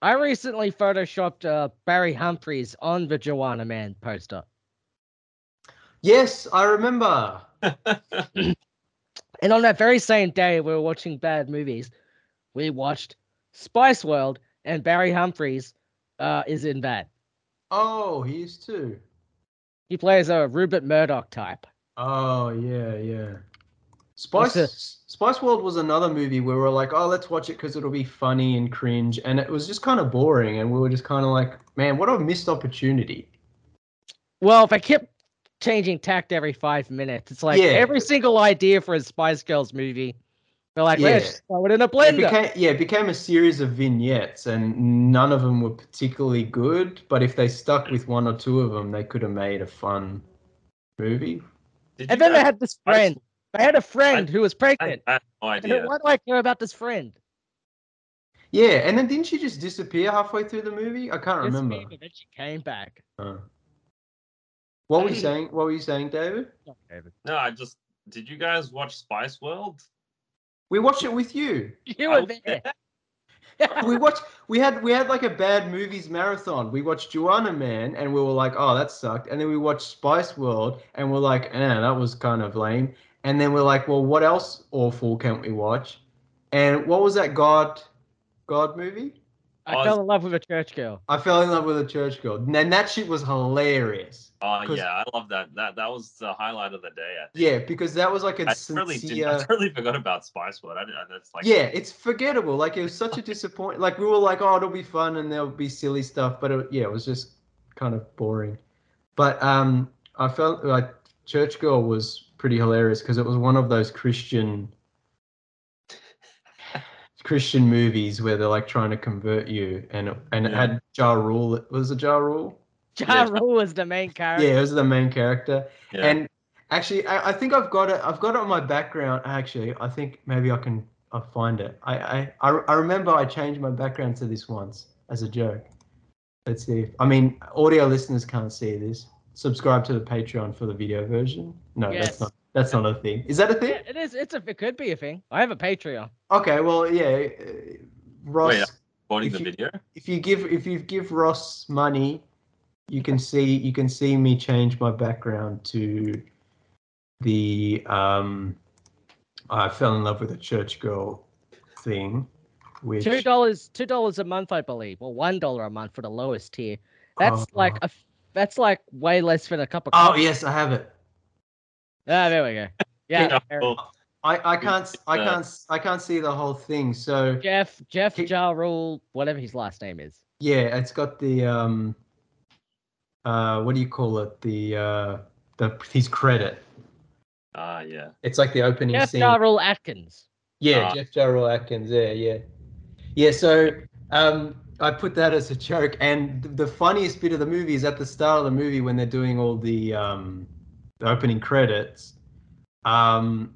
I recently photoshopped uh, Barry Humphries on the Joanna Man poster, Yes, I remember. and on that very same day we were watching bad movies, we watched Spice World, and Barry Humphries uh, is in that. Oh, he used to. He plays a Rupert Murdoch type. Oh yeah, yeah. What's Spice the- Spice World was another movie where we were like, oh, let's watch it because it'll be funny and cringe, and it was just kind of boring, and we were just kind of like, man, what a missed opportunity. Well, if I kept changing tact every five minutes, it's like Yeah. every single idea for a Spice Girls movie, they're like, let's Yeah. just throw it in a It blender. became, yeah, it became a series of vignettes, and none of them were particularly good. But if they stuck with one or two of them, they could have made a fun movie. and Did you then they guys- had this friend. They had a friend who was I, pregnant. I have no And then, idea. Why do I care about this friend? Yeah, and then didn't she just disappear halfway through the movie? I can't This remember. fever, Then she came back. Uh, what were you saying? What were you saying, David? No, I just did. You guys watch Spice World? We watched it with you. You I were was there. we watched we had we had like a bad movies marathon. We watched Joanna Man and we were like, oh that sucked. And then we watched Spice World and we're like, eh, that was kind of lame. And then we're like, well, what else awful can we watch? And what was that God God movie? I fell in love with a church girl. I fell in love with a church girl. And that shit was hilarious. Oh 'Cause- yeah, I love that. That that was the highlight of the day. I think. Yeah, because that was like a I totally, did, sincere I totally forgot about Spice World. I, didn't- that's like uh, yeah, it's forgettable. Like it was such a disappointment. Like we were like, oh, it'll be fun and there'll be silly stuff, but it, yeah, it was just kind of boring. But um, I felt like Church Girl was pretty hilarious because it was one of those Christian Christian movies where they're like trying to convert you, and it, and it Yeah. had Ja Rule. Was it Ja Rule? Ja Yeah. Rule was the main character. Yeah, it was the main character. yeah. And actually, I, I think I've got it. I've got it on my background. Actually, I think maybe I can. I'll find it. I, I I I remember I changed my background to this once as a joke. Let's see. If, I mean, audio listeners can't see this. Subscribe to the Patreon for the video version. No, Yes. that's not. That's not a thing. Is that a thing? Yeah, it is. It's a. It could be a thing. I have a Patreon. Okay. Well, yeah. uh, Oh, Ross, Wait, Recording if the you- video. if you give if you give Ross money, you can see you can see me change my background to the um I fell in love with a church girl thing, which Two dollars. Two dollars a month, I believe, or one dollar a month for the lowest tier. That's Oh. like a. That's like way less than a cup of Oh coffee. yes, I have it. Ah, there we go. Yeah. there- Well, I I can't s- I Uh, can't s- I can't see the whole thing. So Jeff, Jeff He- Ja Rule, whatever his last name is. yeah, it's got the um uh what do you call it? The uh the his credit. Ah yeah. It's like the opening Jeff scene. Ja Rule Atkins. Yeah, Uh, Jeff Jarrell Atkins. Yeah, yeah, yeah. So um, I put that as a joke, and th- the funniest bit of the movie is at the start of the movie when they're doing all the um, the opening credits. Um,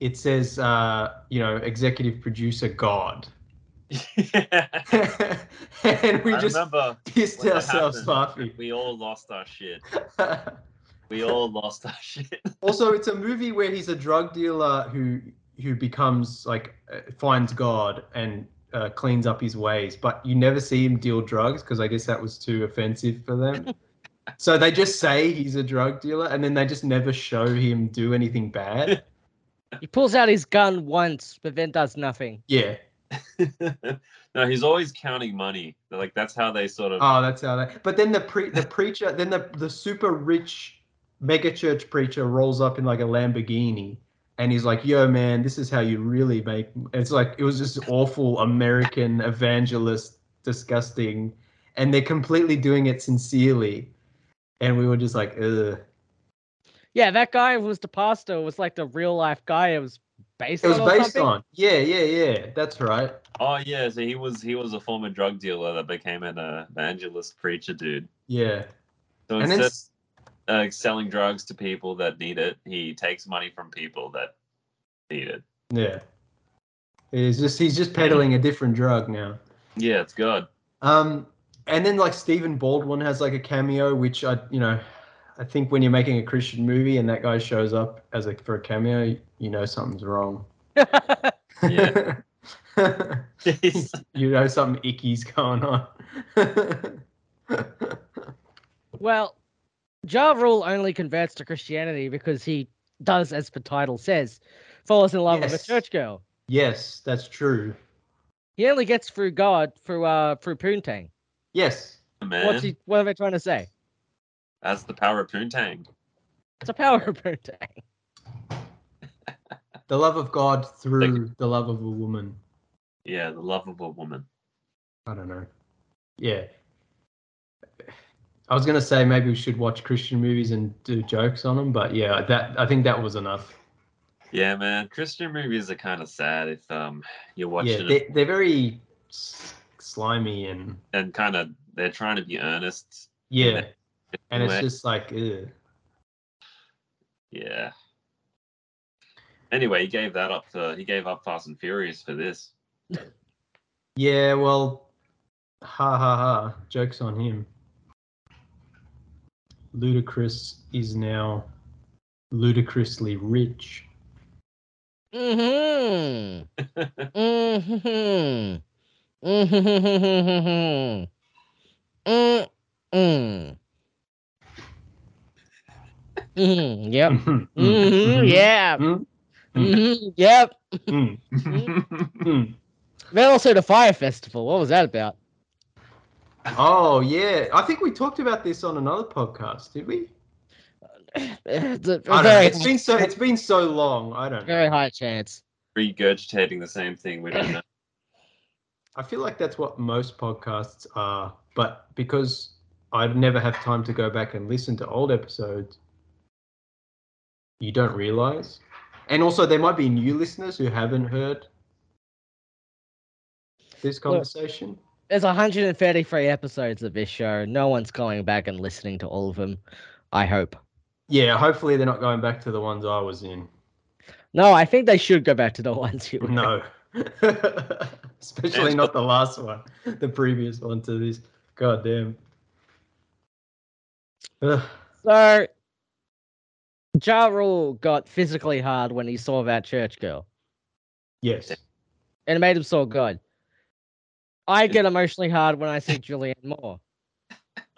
it says, uh, you know, executive producer God, and we I just remember pissed when that ourselves laughing. we all lost our shit. We all lost our shit. also, it's a movie where he's a drug dealer who who becomes like uh, finds God and uh, cleans up his ways, but you never see him deal drugs because I guess that was too offensive for them. so they just say he's a drug dealer, and then they just never show him do anything bad. He pulls out his gun once, but then does nothing. Yeah. no, he's always counting money. They're like that's how they sort of. Oh, that's how that. But then the pre the preacher, then the the super rich mega church preacher rolls up in like a Lamborghini. And he's like, "Yo, man, this is how you really make." It's like it was just awful American evangelist, disgusting, and they're completely doing it sincerely, and we were just like, "Ugh." Yeah, that guy who was the pastor was like the real life guy. It was based. It was on or based something. on, yeah, yeah, yeah. That's right. oh yeah, so he was he was a former drug dealer that became an uh, evangelist preacher dude. Yeah, So and instead then of uh, selling drugs to people that need it, he takes money from people that need it. yeah, He's just he's just peddling a different drug now. Yeah, it's God. Um, and then like Stephen Baldwin has like a cameo, which I you know, I think when you're making a Christian movie and that guy shows up as a for a cameo, you know something's wrong. Yeah. He's- you know something icky's going on. well, Ja Rule only converts to Christianity because he does, as the title says, falls in love with Yes. a church girl. yes, that's true. He only gets through God through uh through Poontang. Yes. man. What's he what am I trying to say? That's the power of Poontang. It's a power of Poontang. The love of God through the love of a woman. Yeah, the love of a woman. I don't know. Yeah. I was gonna say maybe we should watch Christian movies and do jokes on them, but yeah, that I think that was enough. Yeah, man. Christian movies are kind of sad if um you're yeah, watching it they, they're very s- slimy and and kind of they're trying to be earnest. yeah, and it's Like, just like ugh. yeah. Anyway, he gave that up for he gave up Fast and Furious for this. yeah, well, ha ha ha, jokes on him. Ludacris is now ludicrously rich. Mm-hmm. mm-hmm. Mm-hmm. Mm-mm. Mm-hmm. Yep. Mm-hmm. Yeah. Mm, mm, Mm-hmm. Yep. mm, Mm-hmm. mm. Then also the Fire Festival. What was that about? Oh yeah, I think we talked about this on another podcast, did we? It's a- I don't know. very, It's been so it's been so long. I don't know. very high chance. Regurgitating the same thing we don't know. I feel like that's what most podcasts are, but because I'd never have time to go back and listen to old episodes, you don't realize. And also, there might be new listeners who haven't heard this conversation. There's 133 episodes of this show. No one's going back and listening to all of them. I hope. Yeah, hopefully they're not going back to the ones I was in. No, I think they should go back to the ones you. No. Especially not the last one, the previous one to this. God damn. Ugh. So, Ja Rule got physically hard when he saw that church girl, Yes. and it made him so good. I get emotionally hard when I see Julianne Moore.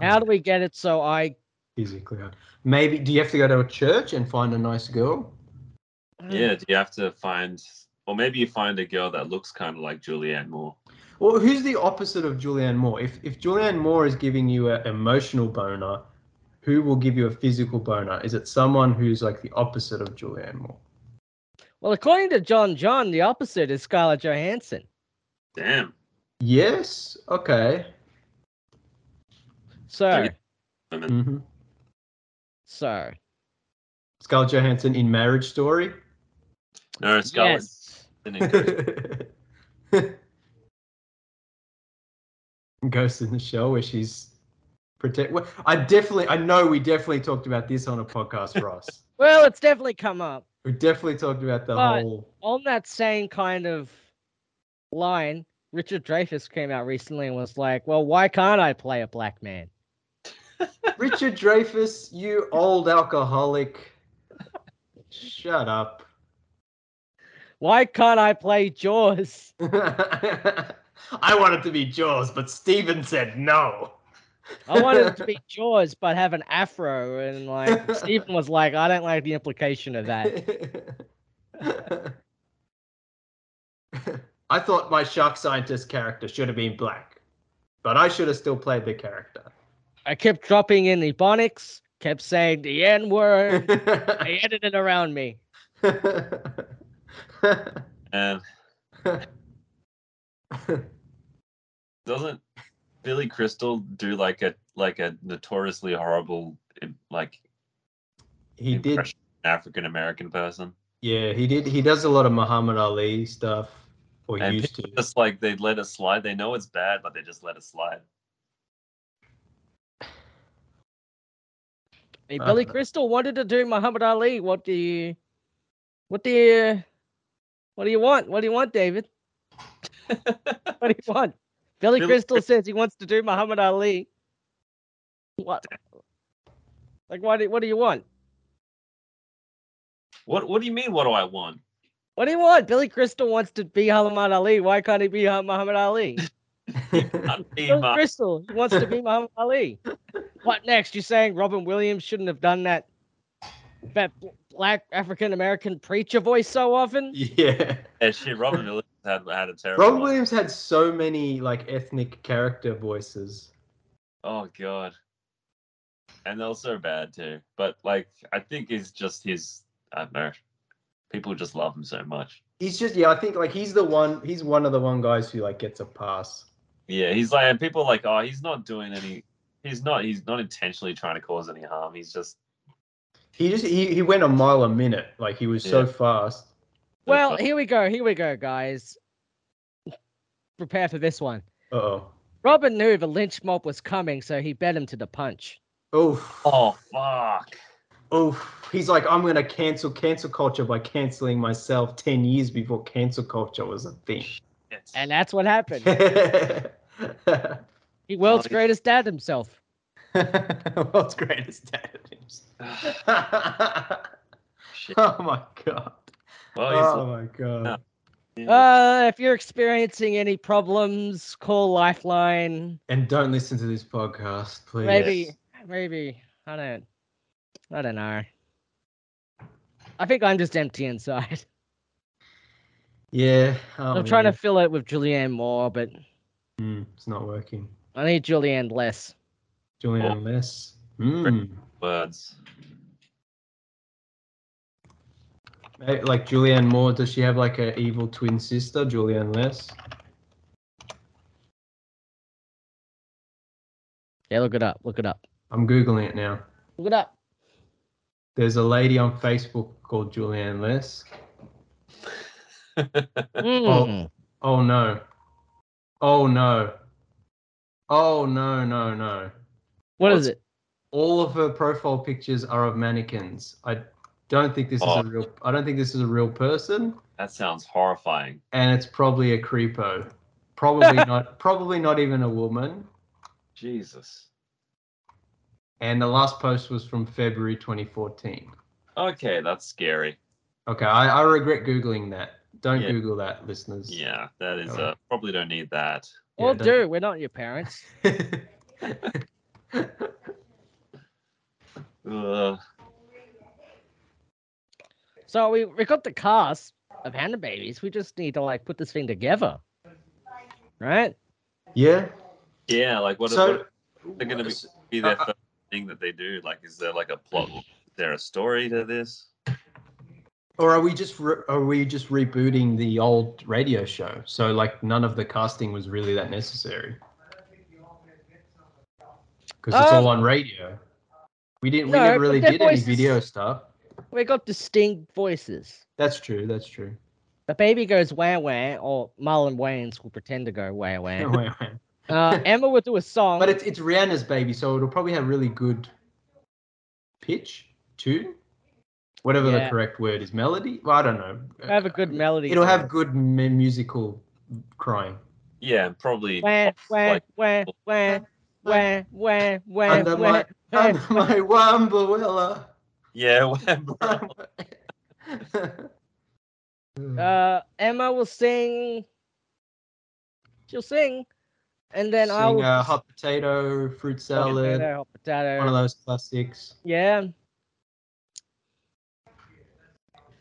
How do we get it so I? Physically hard. Maybe do you have to go to a church and find a nice girl? Yeah, do you have to find or maybe you find a girl that looks kind of like Julianne Moore. Well, who's the opposite of Julianne Moore? If if Julianne Moore is giving you an emotional boner, who will give you a physical boner? Is it someone who's like the opposite of Julianne Moore? Well, according to John John, the opposite is Scarlett Johansson. Damn. Yes. Okay. So, Okay. Women. hmm so Scarlett Johansson in Marriage Story. No, Scarlett. yes. Ghost in the Shell, where she's protect. Well, I definitely, I know we definitely talked about this on a podcast, Ross. Well, it's definitely come up. we definitely talked about the But- whole. on that same kind of line, Richard Dreyfuss came out recently and was like, "Well, why can't I play a black man?" Richard Dreyfus, you old alcoholic. Shut up. Why can't I play Jaws? I wanted to be Jaws, but Steven said no. I wanted it to be Jaws, but have an afro, and like Stephen was like, "I don't like the implication of that." I thought my shark scientist character should have been black, but I should have still played the character. I kept dropping in ebonics, kept saying the N word. they edited it around me. And doesn't Billy Crystal do like a like a notoriously horrible like he did, African American person? yeah, he did. He does a lot of Muhammad Ali stuff, or he And used to. people just like they let it slide. They know it's bad, but they just let it slide. Hey, Uh, Billy Crystal wanted to do Muhammad Ali. What do you? What do you? What do you want? What do you want, David? What do you want? Billy Billy- Crystal says he wants to do Muhammad Ali. What? Like, what? Do, what do you want? what What do you mean? What do I want? What do you want? Billy Crystal wants to be Muhammad Ali. Why can't he be Ha- Muhammad Ali? I'm being Billy my- Crystal he wants to be Muhammad Ali. What next? You're saying Robin Williams shouldn't have done that? That bl- black African American preacher voice so often. yeah. yeah, eh, shit. Robin Williams had had a terrible. Robin life. Williams had so many like ethnic character voices. Oh god. And they're so bad too. But like I think it's just his I don't know. People just love him so much. He's just yeah, I think like he's the one he's one of the one guys who like gets a pass. Yeah, he's like and people are like, oh he's not doing any he's not he's not intentionally trying to cause any harm. He's just He just he, he went a mile a minute. Like he was so Yeah. fast. Well, here we go. Here we go, guys. Prepare for this one. Uh oh. Robin knew the lynch mob was coming, so he bet him to the punch. Oof. Oh fuck. Oof. He's like, I'm gonna cancel cancel culture by canceling myself ten years before cancel culture was a thing. Yes. And that's what happened. World's He world's Nice. greatest dad himself. greatest dad. Shit. oh my god. Well he's Oh my god. Uh, if you're experiencing any problems, call Lifeline. And don't listen to this podcast, Oh, please. Maybe, maybe I don't. I don't know. I think I'm just empty inside. Yeah. Oh, um, I'm trying to fill it with Julianne more, but Hmm, it's not working. I need Julianne less. Julian Oh. and Less. Mm. words. Hey, Like Julianne Moore, does she have like an evil twin sister, Julianne Less? Yeah, look it up. Look it up. I'm googling it now. Look it up. There's a lady on Facebook called Julianne Less. Mm. Oh no. Oh no. Oh no no no. what is what's- it? All of her profile pictures are of mannequins. I don't think this Oh. is a real. I don't think this is a real person, That sounds horrifying. and it's probably a creepo. Probably not. Probably not even a woman. Jesus. And the last post was from February 2014. Okay, that's scary. Okay, I, I regret googling that. Don't Yeah. Google that, listeners. Yeah, that is Oh. uh probably don't need that. Yeah, Well, don't- do we're not your parents. Ugh. So we we got the cast of Hannah Babies. We just need to like put this thing together, right? yeah. Yeah, like what, so what they're going to be, be Uh, their first thing that they do? Like, is there like a plot? Is there a story to this? Or are we just re- are we just rebooting the old radio show? So like none of the casting was really that necessary. Because it's Um, all on radio. We didn't. no, we never but really their did any voices- video stuff. We got distinct voices. That's true. That's true. The baby goes wah wah, or Marlon Wayans will pretend to go wah wah. Wait, wait. Uh, Emma will do a song. But it's it's Rihanna's baby, so it'll probably have really good pitch, tune, whatever the Yeah. correct word is, melody. Well, I don't know. It'll have a good melody. It'll to have it. good mu- musical crying. Yeah, and probably. wah wah like- wah wah wah wah wah Under wah. my under my wambuella. Yeah, whatever. Uh, Emma will sing. She'll sing, and then I will Sing, uh, just- hot potato, fruit salad, Potato, hot potato. one of those classics. Yeah,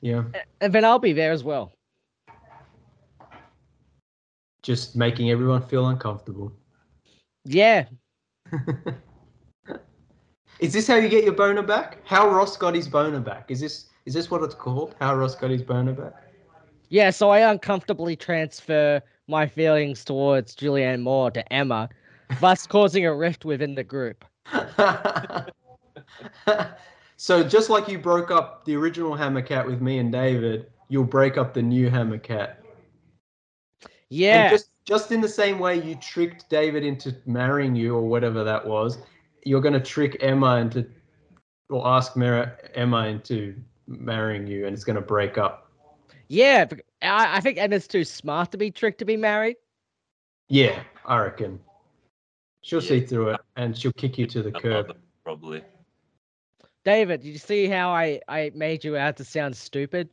Yeah, and then I'll be there as well. just making everyone feel uncomfortable. Yeah, Is this how you get your boner back? How Ross got his boner back? Is this is this what it's called? How Ross got his boner back? yeah. So I uncomfortably transfer my feelings towards Julianne Moore to Emma, thus causing a rift within the group. so just like you broke up the original Hammer Cat with me and David, you'll break up the new Hammer Cat. Yeah, And just just in the same way you tricked David into marrying you or whatever that was, you're going to trick Emma into or ask Mer- Emma into marrying you, and it's going to break up. Yeah, bec- I, I think Edna's too smart to be tricked to be married. Yeah, I reckon. She'll Yeah. see through it and she'll kick you to the I love curb. it, probably. David, did you see how I, I made you out to sound stupid?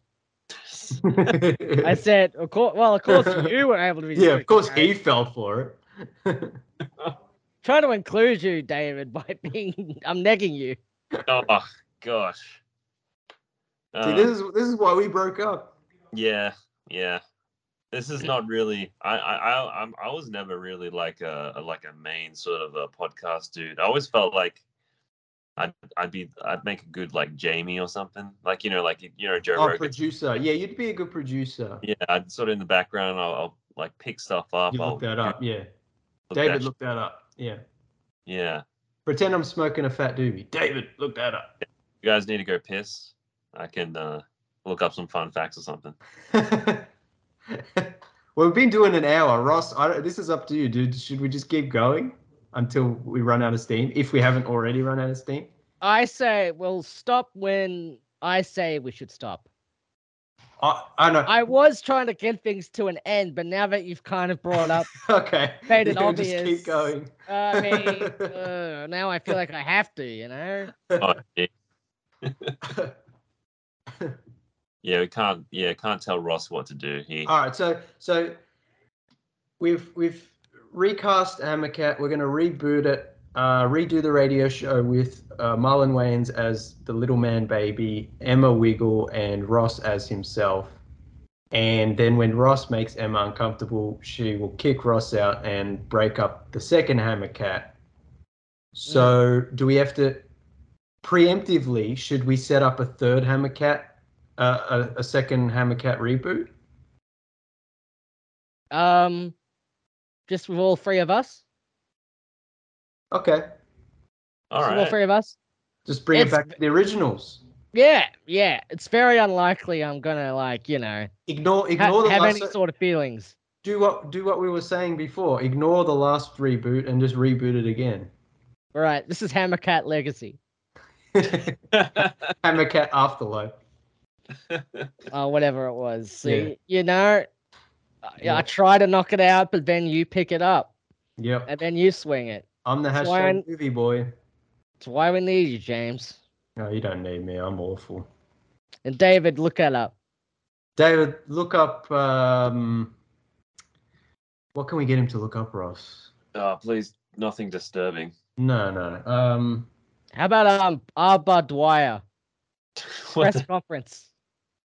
I said, of course. Well, of course you were able to be. yeah, of tricked, course right? he fell for it. Trying to include you, David, by being I'm negging you. Oh gosh. See, Um, this is this is why we broke up. yeah, yeah. This is not really. I I I I'm, I was never really like a, a- like a main sort of a podcast dude. I always felt like I'd I'd be I'd make a good like Jamie or something. Like you know like you you know Joe Oh, Rogan. producer. Yeah, you'd be a good producer. Yeah, I'd sort of in the background. I'll, I'll like pick stuff up. You I'll look that up. Yeah, look that David, sh- look that up. Yeah, Yeah, pretend I'm smoking a fat doobie. David, look that up. you guys need to go piss. I can uh, look up some fun facts or something. well, we've been doing an hour, Ross. I don't, this is up to you, dude. Should we just keep going until we run out of steam? If we haven't already run out of steam. I say we'll stop when I say we should stop. I, I know. I was trying to get things to an end, but now that you've kind of brought up, okay. Made it You can just obvious. keep going. uh, I mean, uh, now I feel like I have to, you know. Oh, yeah. yeah, we can't. Yeah, can't tell Ross what to do. He All right, so so we've we've recast Amacat. We're going to reboot it, uh, redo the radio show with uh, Marlon Wayans as the little man baby, Emma Wiggle, and Ross as himself. And then when Ross makes Emma uncomfortable, she will kick Ross out and break up the second Hammercat. So do we have to preemptively? Should we set up a third Hammercat, uh, a, a second Hammercat reboot? Um, just with all three of us. Okay. all Just All right. three of us. Just bring it It's- back to the originals. Yeah, yeah. It's very unlikely I'm gonna like you know Ignore ha- ignore the have last any sort of feelings. do what do what we were saying before. Ignore the last reboot and just reboot it again. All right, this is Hammercat Legacy. Hammercat Afterlife. uh, whatever it was. See, Yeah. you know, I- Yeah. I try to knock it out, but then you pick it up Yep. and then you swing it. I'm the That's hashtag why I- movie boy. That's why we need you, James No, you don't need me. I'm awful. and David. Look that up. David, look up um what can we get him to look up, Ross? oh, please, nothing disturbing. No, no. Um How about um Arba Dwyer What press conference?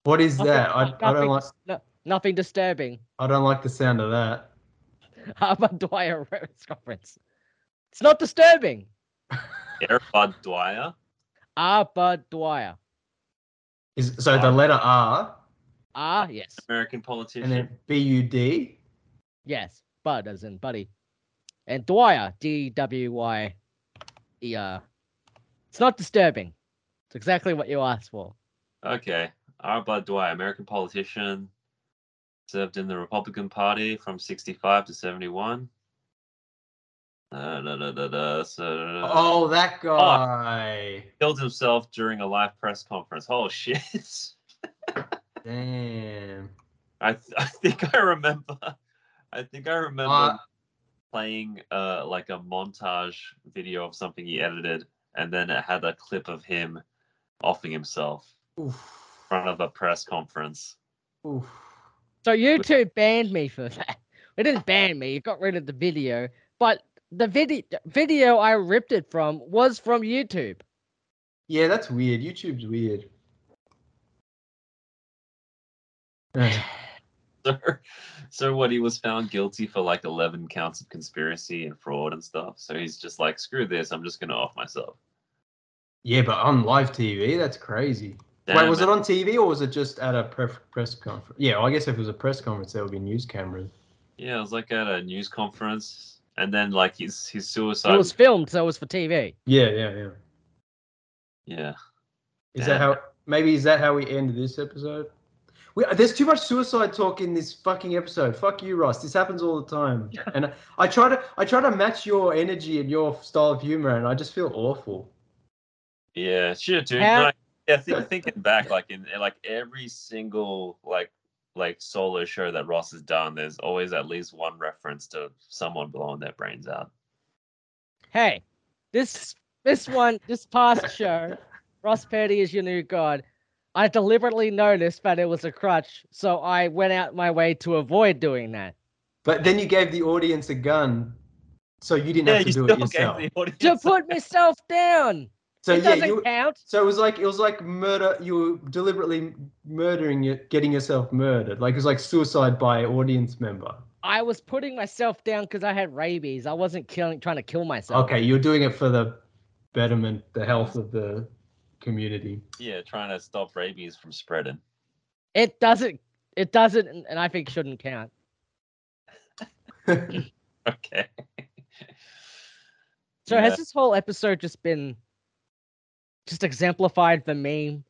what is Nothing- that? I, I don't nothing like No, nothing disturbing. I don't like the sound of that. Arba Dwyer press conference. It's not disturbing. the- Eric Bud Dwyer. Arba Dwyer. Is so Uh, the letter R Ah, yes, American politician. and then B U D. yes. Bud as in buddy, and Dwyer D W Y E R. It's not disturbing. It's exactly what you asked for. okay, R. Bud Dwyer, American politician, served in the Republican Party from '65 to '71. Uh, da, da, da, da, so, Oh, that guy. killed himself during a live press conference. Oh shit! Damn. I th- I think I remember. I think I remember Uh, playing uh like a montage video of something he edited, and then it had a clip of him offing himself Oof. in front of a press conference. Oof. So you Which- two banned me for that. It didn't ban me. You got rid of the video, but the video video I ripped it from was from YouTube. Yeah, that's weird. YouTube's weird. Eh, So, so what he was found guilty for like eleven counts of conspiracy and fraud and stuff. So he's just like, screw this, I'm just gonna off myself. yeah, but on live TV, that's crazy. Wait, Damn was it on TV or was it just at a pref- press conference? Yeah, I guess if it was a press conference, there would be news cameras. Yeah, it was like at a news conference, and then like his his suicide. It was filmed, so it was for TV. Yeah, yeah, yeah. yeah. Is Yeah. that how? Maybe is that how we end this episode? We, there's too much suicide talk in this fucking episode. Fuck you, Ross. This happens all the time, and I try to I try to match your energy and your style of humor, and I just feel awful. Yeah, shit, dude. How- Like, yeah, think, thinking back, like in like every single like like solo show that Ross has done, there's always at least one reference to someone blowing their brains out. Hey, this this one, this past show, Ross Petty is your new god. I deliberately noticed that it was a crutch, so I went out my way to avoid doing that. But then you gave the audience a gun, so you didn't have to do it yourself. To put myself down. So it yeah, doesn't you. count. So it was like it was like murder. You were deliberately murdering, it, getting yourself murdered. Like it was like suicide by audience member. I was putting myself down because I had rabies. I wasn't killing, trying to kill myself. Okay, you're doing it for the betterment, the health of the community. yeah, trying to stop rabies from spreading. It doesn't. It doesn't, and- and I think shouldn't count. Okay. So Yeah. has this whole episode just been just exemplified the meme?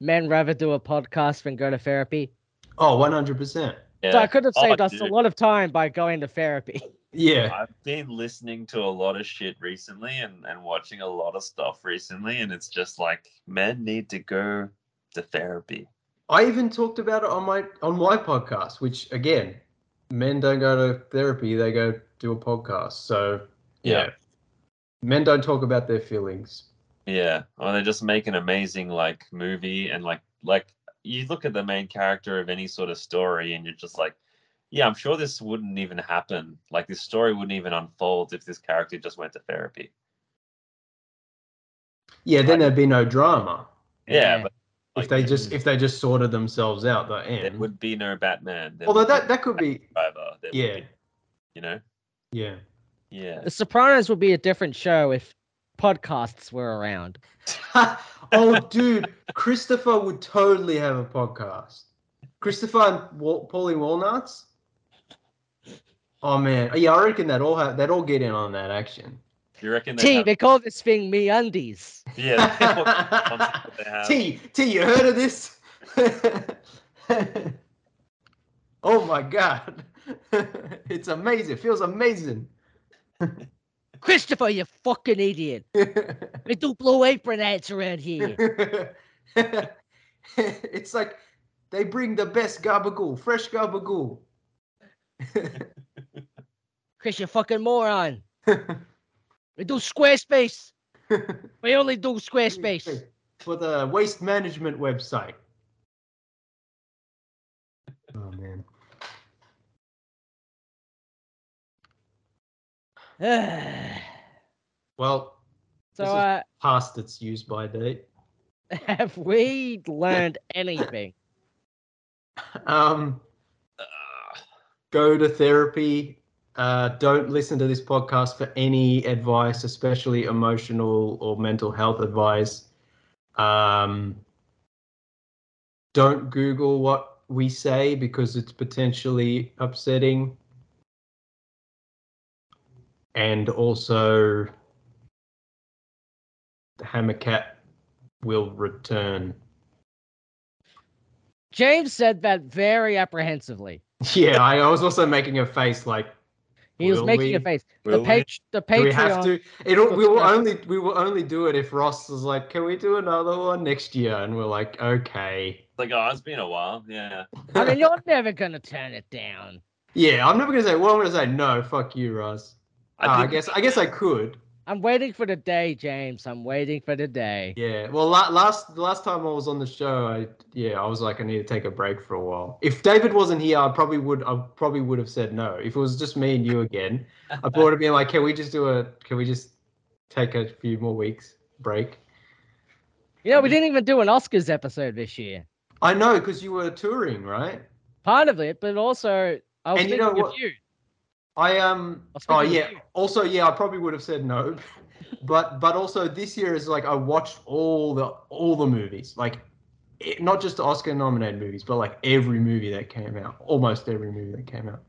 Men rather do a podcast than go to therapy. Oh, 100 percent. So Yeah. I could have saved Oh, us a dude. lot of time by going to therapy. Yeah, I've been listening to a lot of shit recently and, and watching a lot of stuff recently, and it's just like men need to go to therapy. I even talked about it on my on my podcast, which again, men don't go to therapy; they go do a podcast. So yeah, men don't talk about their feelings. Yeah. Well, they just make an amazing like movie and like like you look at the main character of any sort of story and you're just like, yeah, I'm sure this wouldn't even happen. Like this story wouldn't even unfold if this character just went to therapy. Yeah, then there'd be no drama Yeah, Yeah. but if they just if they just sorted themselves out. The there end. would be no Batman. there Although would that be that could be no Driver, there would yeah be- you know, yeah. yeah. The Sopranos would be a different show if podcasts were around. oh, dude, Christopher would totally have a podcast. Christopher and Wal- Paulie Walnuts. Oh man, yeah, I reckon that all have that all get in on that action. You reckon? they'd T, have- they call this thing me undies. Yeah. concept they have. T, T, you heard of this? oh my god, it's amazing. It feels amazing. Christopher, you fucking idiot. They do blue apron ads around here. it's like they bring the best gabagool, fresh gabagool. Chris, you fucking moron. We do Squarespace. we only do Squarespace. for the waste management website. Oh man. so, Well, This is- uh, past its use by date. have we learned anything? Um, Ah. go to therapy. Uh, don't listen to this podcast for any advice, especially emotional or mental health advice. Um, don't Google what we say because it's potentially upsetting. And also, the hammer cat will return. James said that very apprehensively. Yeah, I, I was also making a face like He was Will making a we? face. Will the we? page, the Do Patreon. we have to. It'll, we will Subscribe. only we will only do it if Ross is like, "Can we do another one next year?" And we're like, "Okay." Like, oh, it's been a while. Yeah. I mean, you're never gonna turn it down. yeah, I'm never gonna say. Well, I'm gonna say no. Fuck you, Ross. Oh, I, think- guess I guess I could. I'm waiting for the day, James. I'm waiting for the day. Yeah. Well, la- last last time I was on the show, I yeah, I was like, I need to take a break for a while. If David wasn't here, I probably would. I probably would have said no. If it was just me and you again, I probably would have been like, "Can we just do a? Can we just take a few more weeks break?" You know, we didn't even do an Oscars episode this year. I know because you were touring, right? Part of it, but also I was And you know thinking of what? you. I um I'll speak oh to the yeah. view. Also yeah, I probably would have said no, but but also this year is like I watched all the all the movies, like it, not just the Oscar nominated movies, but like every movie that came out, almost every movie that came out.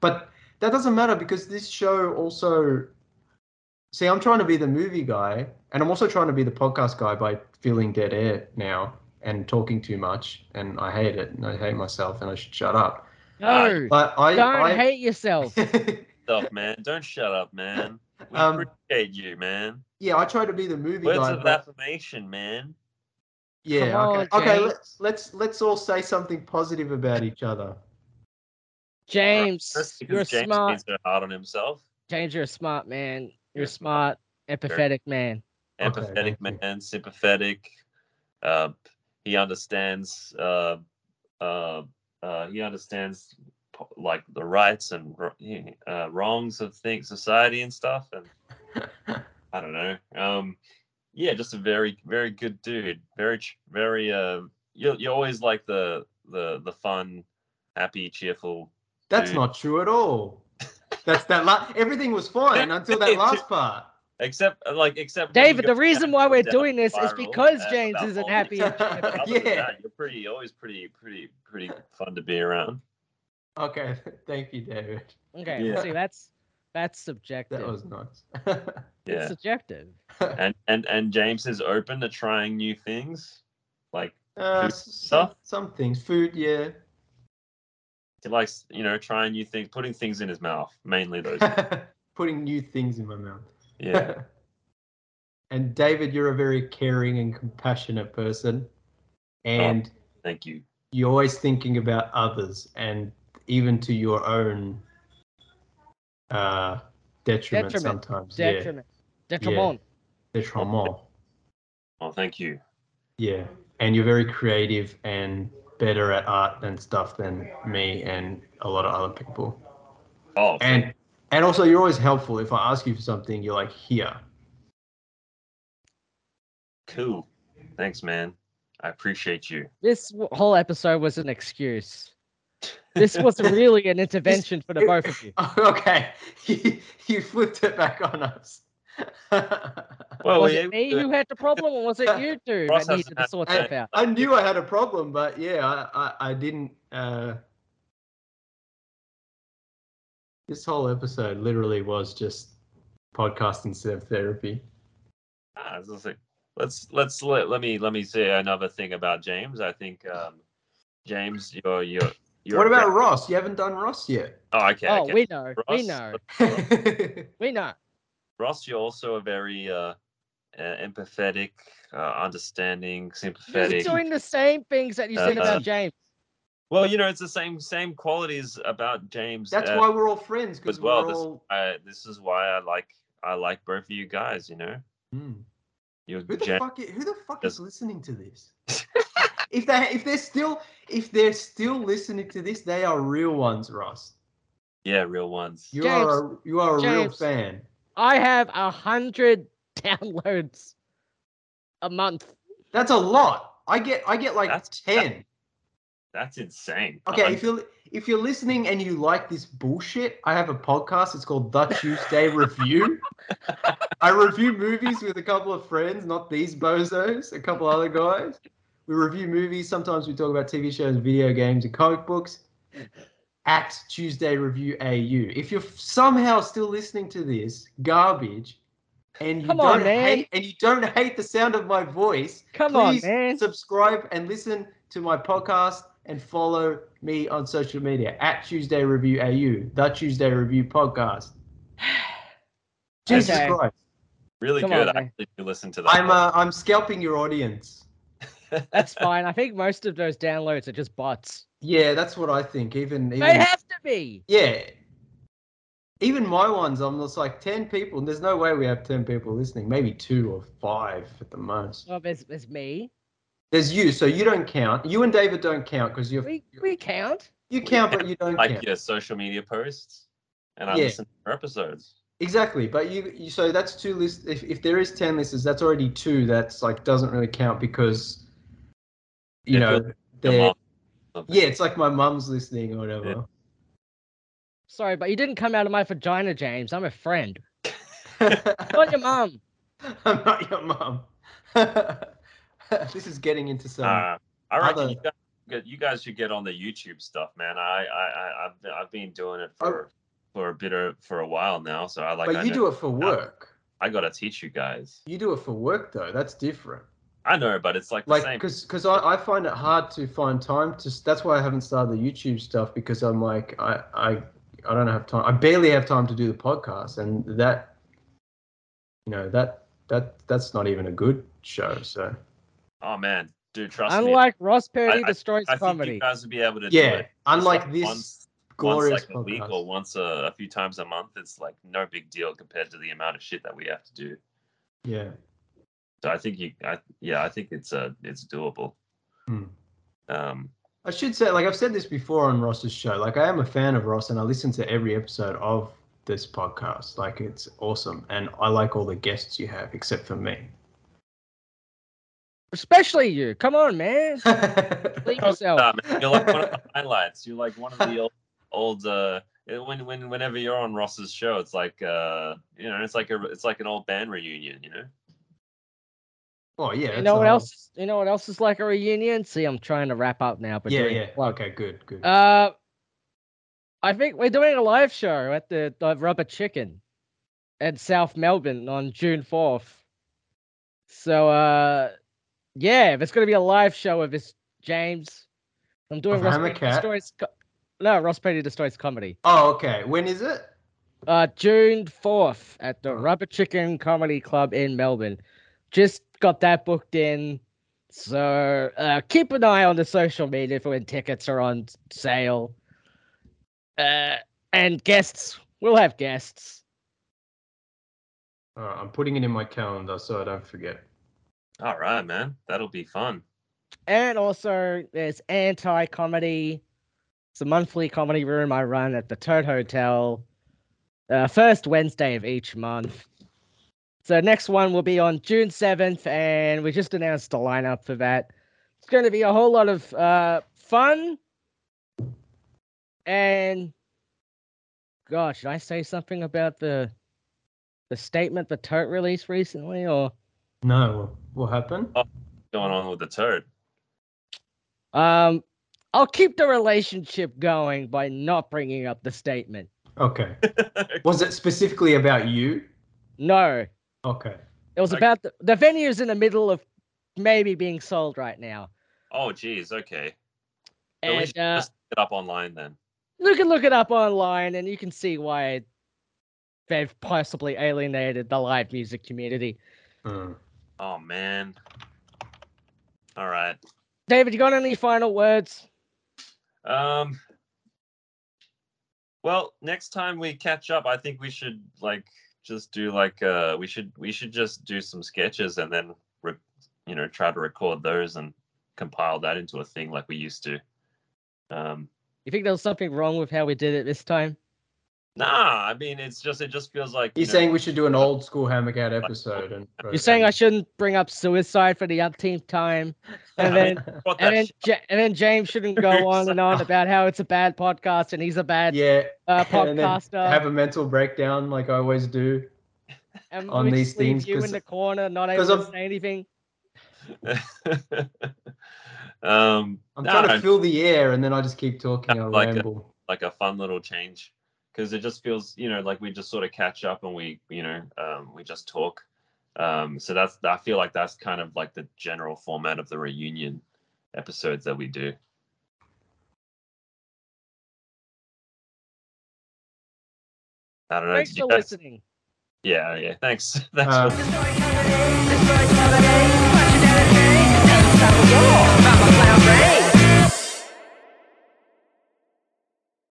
But that doesn't matter because this show also. See, I'm trying to be the movie guy, and I'm also trying to be the podcast guy by feeling dead air now and talking too much, and I hate it, and I hate myself, and I should shut up. No, But I don't I, hate yourself. up, man. Don't shut up, man. We Um, appreciate you, man. Yeah, I try to be the movie Words guy. of but affirmation, man. Yeah. Come Okay. on, okay James. let's, let's let's all say something positive about each other. James, That's because you're James smart. being so hard on himself. James, you're a smart man. You're, You're a smart, empathetic man. Okay, Empathetic thank you. man, sympathetic. Uh, he understands. Uh, uh, uh, he understands po- like the rights and wr- uh, wrongs of things, society and stuff. And I don't know. Um, yeah, just a very, very good dude. Very, ch- very. Uh, you you always like the the the fun, happy, cheerful. That's Dude. not true at all. That's that. La- everything was fine until that last part. Except uh, like except when you David, go the reason down- why we're down doing this is spiral because and James about isn't all- happy. and cheerful. Other than yeah. that, you're pretty always pretty pretty pretty fun to be around. Okay. Thank you, David. Okay, Yeah. see, that's that's subjective. That was nice. It's Yeah, subjective. and and and James is open to trying new things. Like uh, Food some, stuff? some things. Food. Yeah. he likes you know trying new things, putting things in his mouth, mainly those. Putting new things in my mouth. yeah. and David, you're a very caring and compassionate person, Oh. and Thank you. you're always thinking about others, and even to your own uh, detriment, Detriment. sometimes. Detriment. Detriment. Yeah, detriment. Oh, thank you. Yeah, and you're very creative and better at art and stuff than me and a lot of other people. Oh, thank- And and also, you're always helpful. If I ask you for something, you're like, here. cool. Thanks, man. I appreciate you. This w- whole episode was an excuse. This was really an intervention for the both of you. okay, you flipped it back on us. Well, was yeah, it me who had the problem, or was it you two Ross that needed hasn't to had- sort I- stuff out? I knew I had a problem, but yeah, I, I, I didn't. Uh, this whole episode literally was just podcasting instead of therapy. Ah, this is like- let's let's let, let me let me say another thing about James. I think um, James, you're you're. you're what about a- Ross? You haven't done Ross yet. Oh, okay. oh, okay. we know. Ross, we know. yeah, We know. Ross, you're also a very uh, uh, empathetic, uh, understanding, You're sympathetic. doing the same things that you said Uh, about James. Well, you know, it's the same same qualities about James. that's uh, why we're all friends because as well. we're This all. I, this is why I like I like both of you guys. You know, Hmm. you're Who the James. fuck? i- Who the fuck is Yes. listening to this? if they if they're still if they're still listening to this, they are real ones, Ross. yeah, real ones. You are a, you are a real James. fan. I have a hundred downloads a month. That's a lot. I get I get like That's- ten. That's insane. Okay, I'm- if you're if you're listening and you like this bullshit, I have a podcast. It's called The Tuesday Review. I review movies with a couple of friends, not these bozos, a couple other guys. We review movies. Sometimes we talk about TV shows, video games, and comic books. At Tuesday Review AU. If you're somehow still listening to this garbage, and you Come don't on, man. hate and you don't hate the sound of my voice, Come please on, man. subscribe and listen to my podcast and follow me on social media at Tuesday Review AU, the Tuesday Review podcast. Jesus Okay. Christ. really Come on, good. I man. actually do listen to that. I'm uh, I'm scalping your audience. That's fine. I think most of those downloads are just bots. Yeah, that's what I think. Even even They have to be. yeah. Even my ones, I'm just like ten people, and there's no way we have ten people listening. Maybe two or five at the most. Well, Oh, there's, there's me. There's you, so you don't count. You and David don't count because you're We we count. you count, but you don't like count. your social media posts, and I uh, Yeah. listen to your episodes. Exactly, but you, you so that's two lists. If, if there is ten listeners, that's already two. That's like doesn't really count because you If know you're Your they're mom or something. yeah. It's like my mum's listening or whatever. Sorry, but you didn't come out of my vagina, James. I'm a friend. Not your mom. I'm not your mum. this is getting into some. Uh, I reckon Other- you guys, get- you guys should get on the YouTube stuff, man. I, I, I I've, been- I've been doing it for for a bit of for a while now, so I like. Oh. but I, you know- do it for work. I gotta teach you guys. You do it for work though. That's different. I know, but it's like the like same. because because I, I find it hard to find time to s- that's why i haven't started the youtube stuff because i'm like i i i don't have time i barely have time to do the podcast and that you know that that that's not even a good show so Oh man, Dude, trust me. Unlike Ross Perry I- destroys I think comedy. you guys would be able to do Yeah, it. unlike like this once- glorious once like a week podcast. or once a, a few times a month. It's like no big deal compared to the amount of shit that we have to do. Yeah. So I think you, I, yeah, I think it's uh, it's doable. Hmm. Um, I should say, like I've said this before on Ross's show, like I am a fan of Ross and I listen to every episode of this podcast. Like it's awesome. And I like all the guests you have, except for me. Especially you. Come on, man. Believe yourself. uh, man, you're like one of the highlights. You're like one of the old, old uh, when when whenever you're on Ross's show, it's like uh, you know, it's like a it's like an old band reunion. You know, oh, yeah. You that's know what all. else? You know what else is like a reunion? See, I'm trying to wrap up now, but Yeah, doing- yeah. well, Okay, good, good. Uh, I think we're doing a live show at the, the Rubber Chicken at South Melbourne on June 4th. So, uh, yeah, there's going to be a live show of this, James. I'm doing Of Ross Hammer Petty Cat? Destroys. Co- no, Ross Petty Destroys Comedy. oh, okay. When is it? Uh, June 4th at the Rubber Chicken Comedy Club in Melbourne. Just got that booked in. So uh, keep an eye on the social media for when tickets are on sale. Uh, and guests, we'll have guests. All right, I'm putting it in my calendar so I don't forget. all right, man, that'll be fun. And also, there's anti comedy. It's a monthly comedy room I run at the Toad Hotel, uh, first Wednesday of each month. So next one will be on June 7th, and we just announced the lineup for that. It's going to be a whole lot of uh, fun. And God, should I say something about the the statement the Tote released recently, or? No, what happened? Going on with the turd. Um, I'll keep the relationship going by not bringing up the statement. Okay. Was it specifically about you? No, Okay. it was Okay. about the, the venue's in the middle of maybe being sold right now. oh, geez, okay. So we And should uh, just look it up online then. you can look it up online and you can see why they've possibly alienated the live music community. Mm. Oh man. All right. David, you got any final words? Um. Well, next time we catch up, I think we should like just do like uh we should we should just do some sketches and then re- you know try to record those and compile that into a thing like we used to. Um. You think there was something wrong with how we did it this time? Nah, I mean it's just it just feels like He's you know, saying we should do an old school hammock out episode. And You're saying I shouldn't bring up suicide for the umpteenth time, and then what that and then, shit- Ja- and then James shouldn't go on and on about how it's a bad podcast and he's a bad yeah, uh, and then podcaster. have a mental breakdown like I always do. and on we these just leave things you 'cause- in the corner, not 'cause able to I'm- say anything. um. I'm nah, trying to it's fill the air, and then I just keep talking. I like a- ramble. like a fun little change because it just feels you know like we just sort of catch up and we you know um, we just talk um, so that's i feel like that's kind of like the general format of the reunion episodes that we do i don't know Thanks did you for guys- listening. yeah yeah thanks thanks Uh, for- Destroy comedy.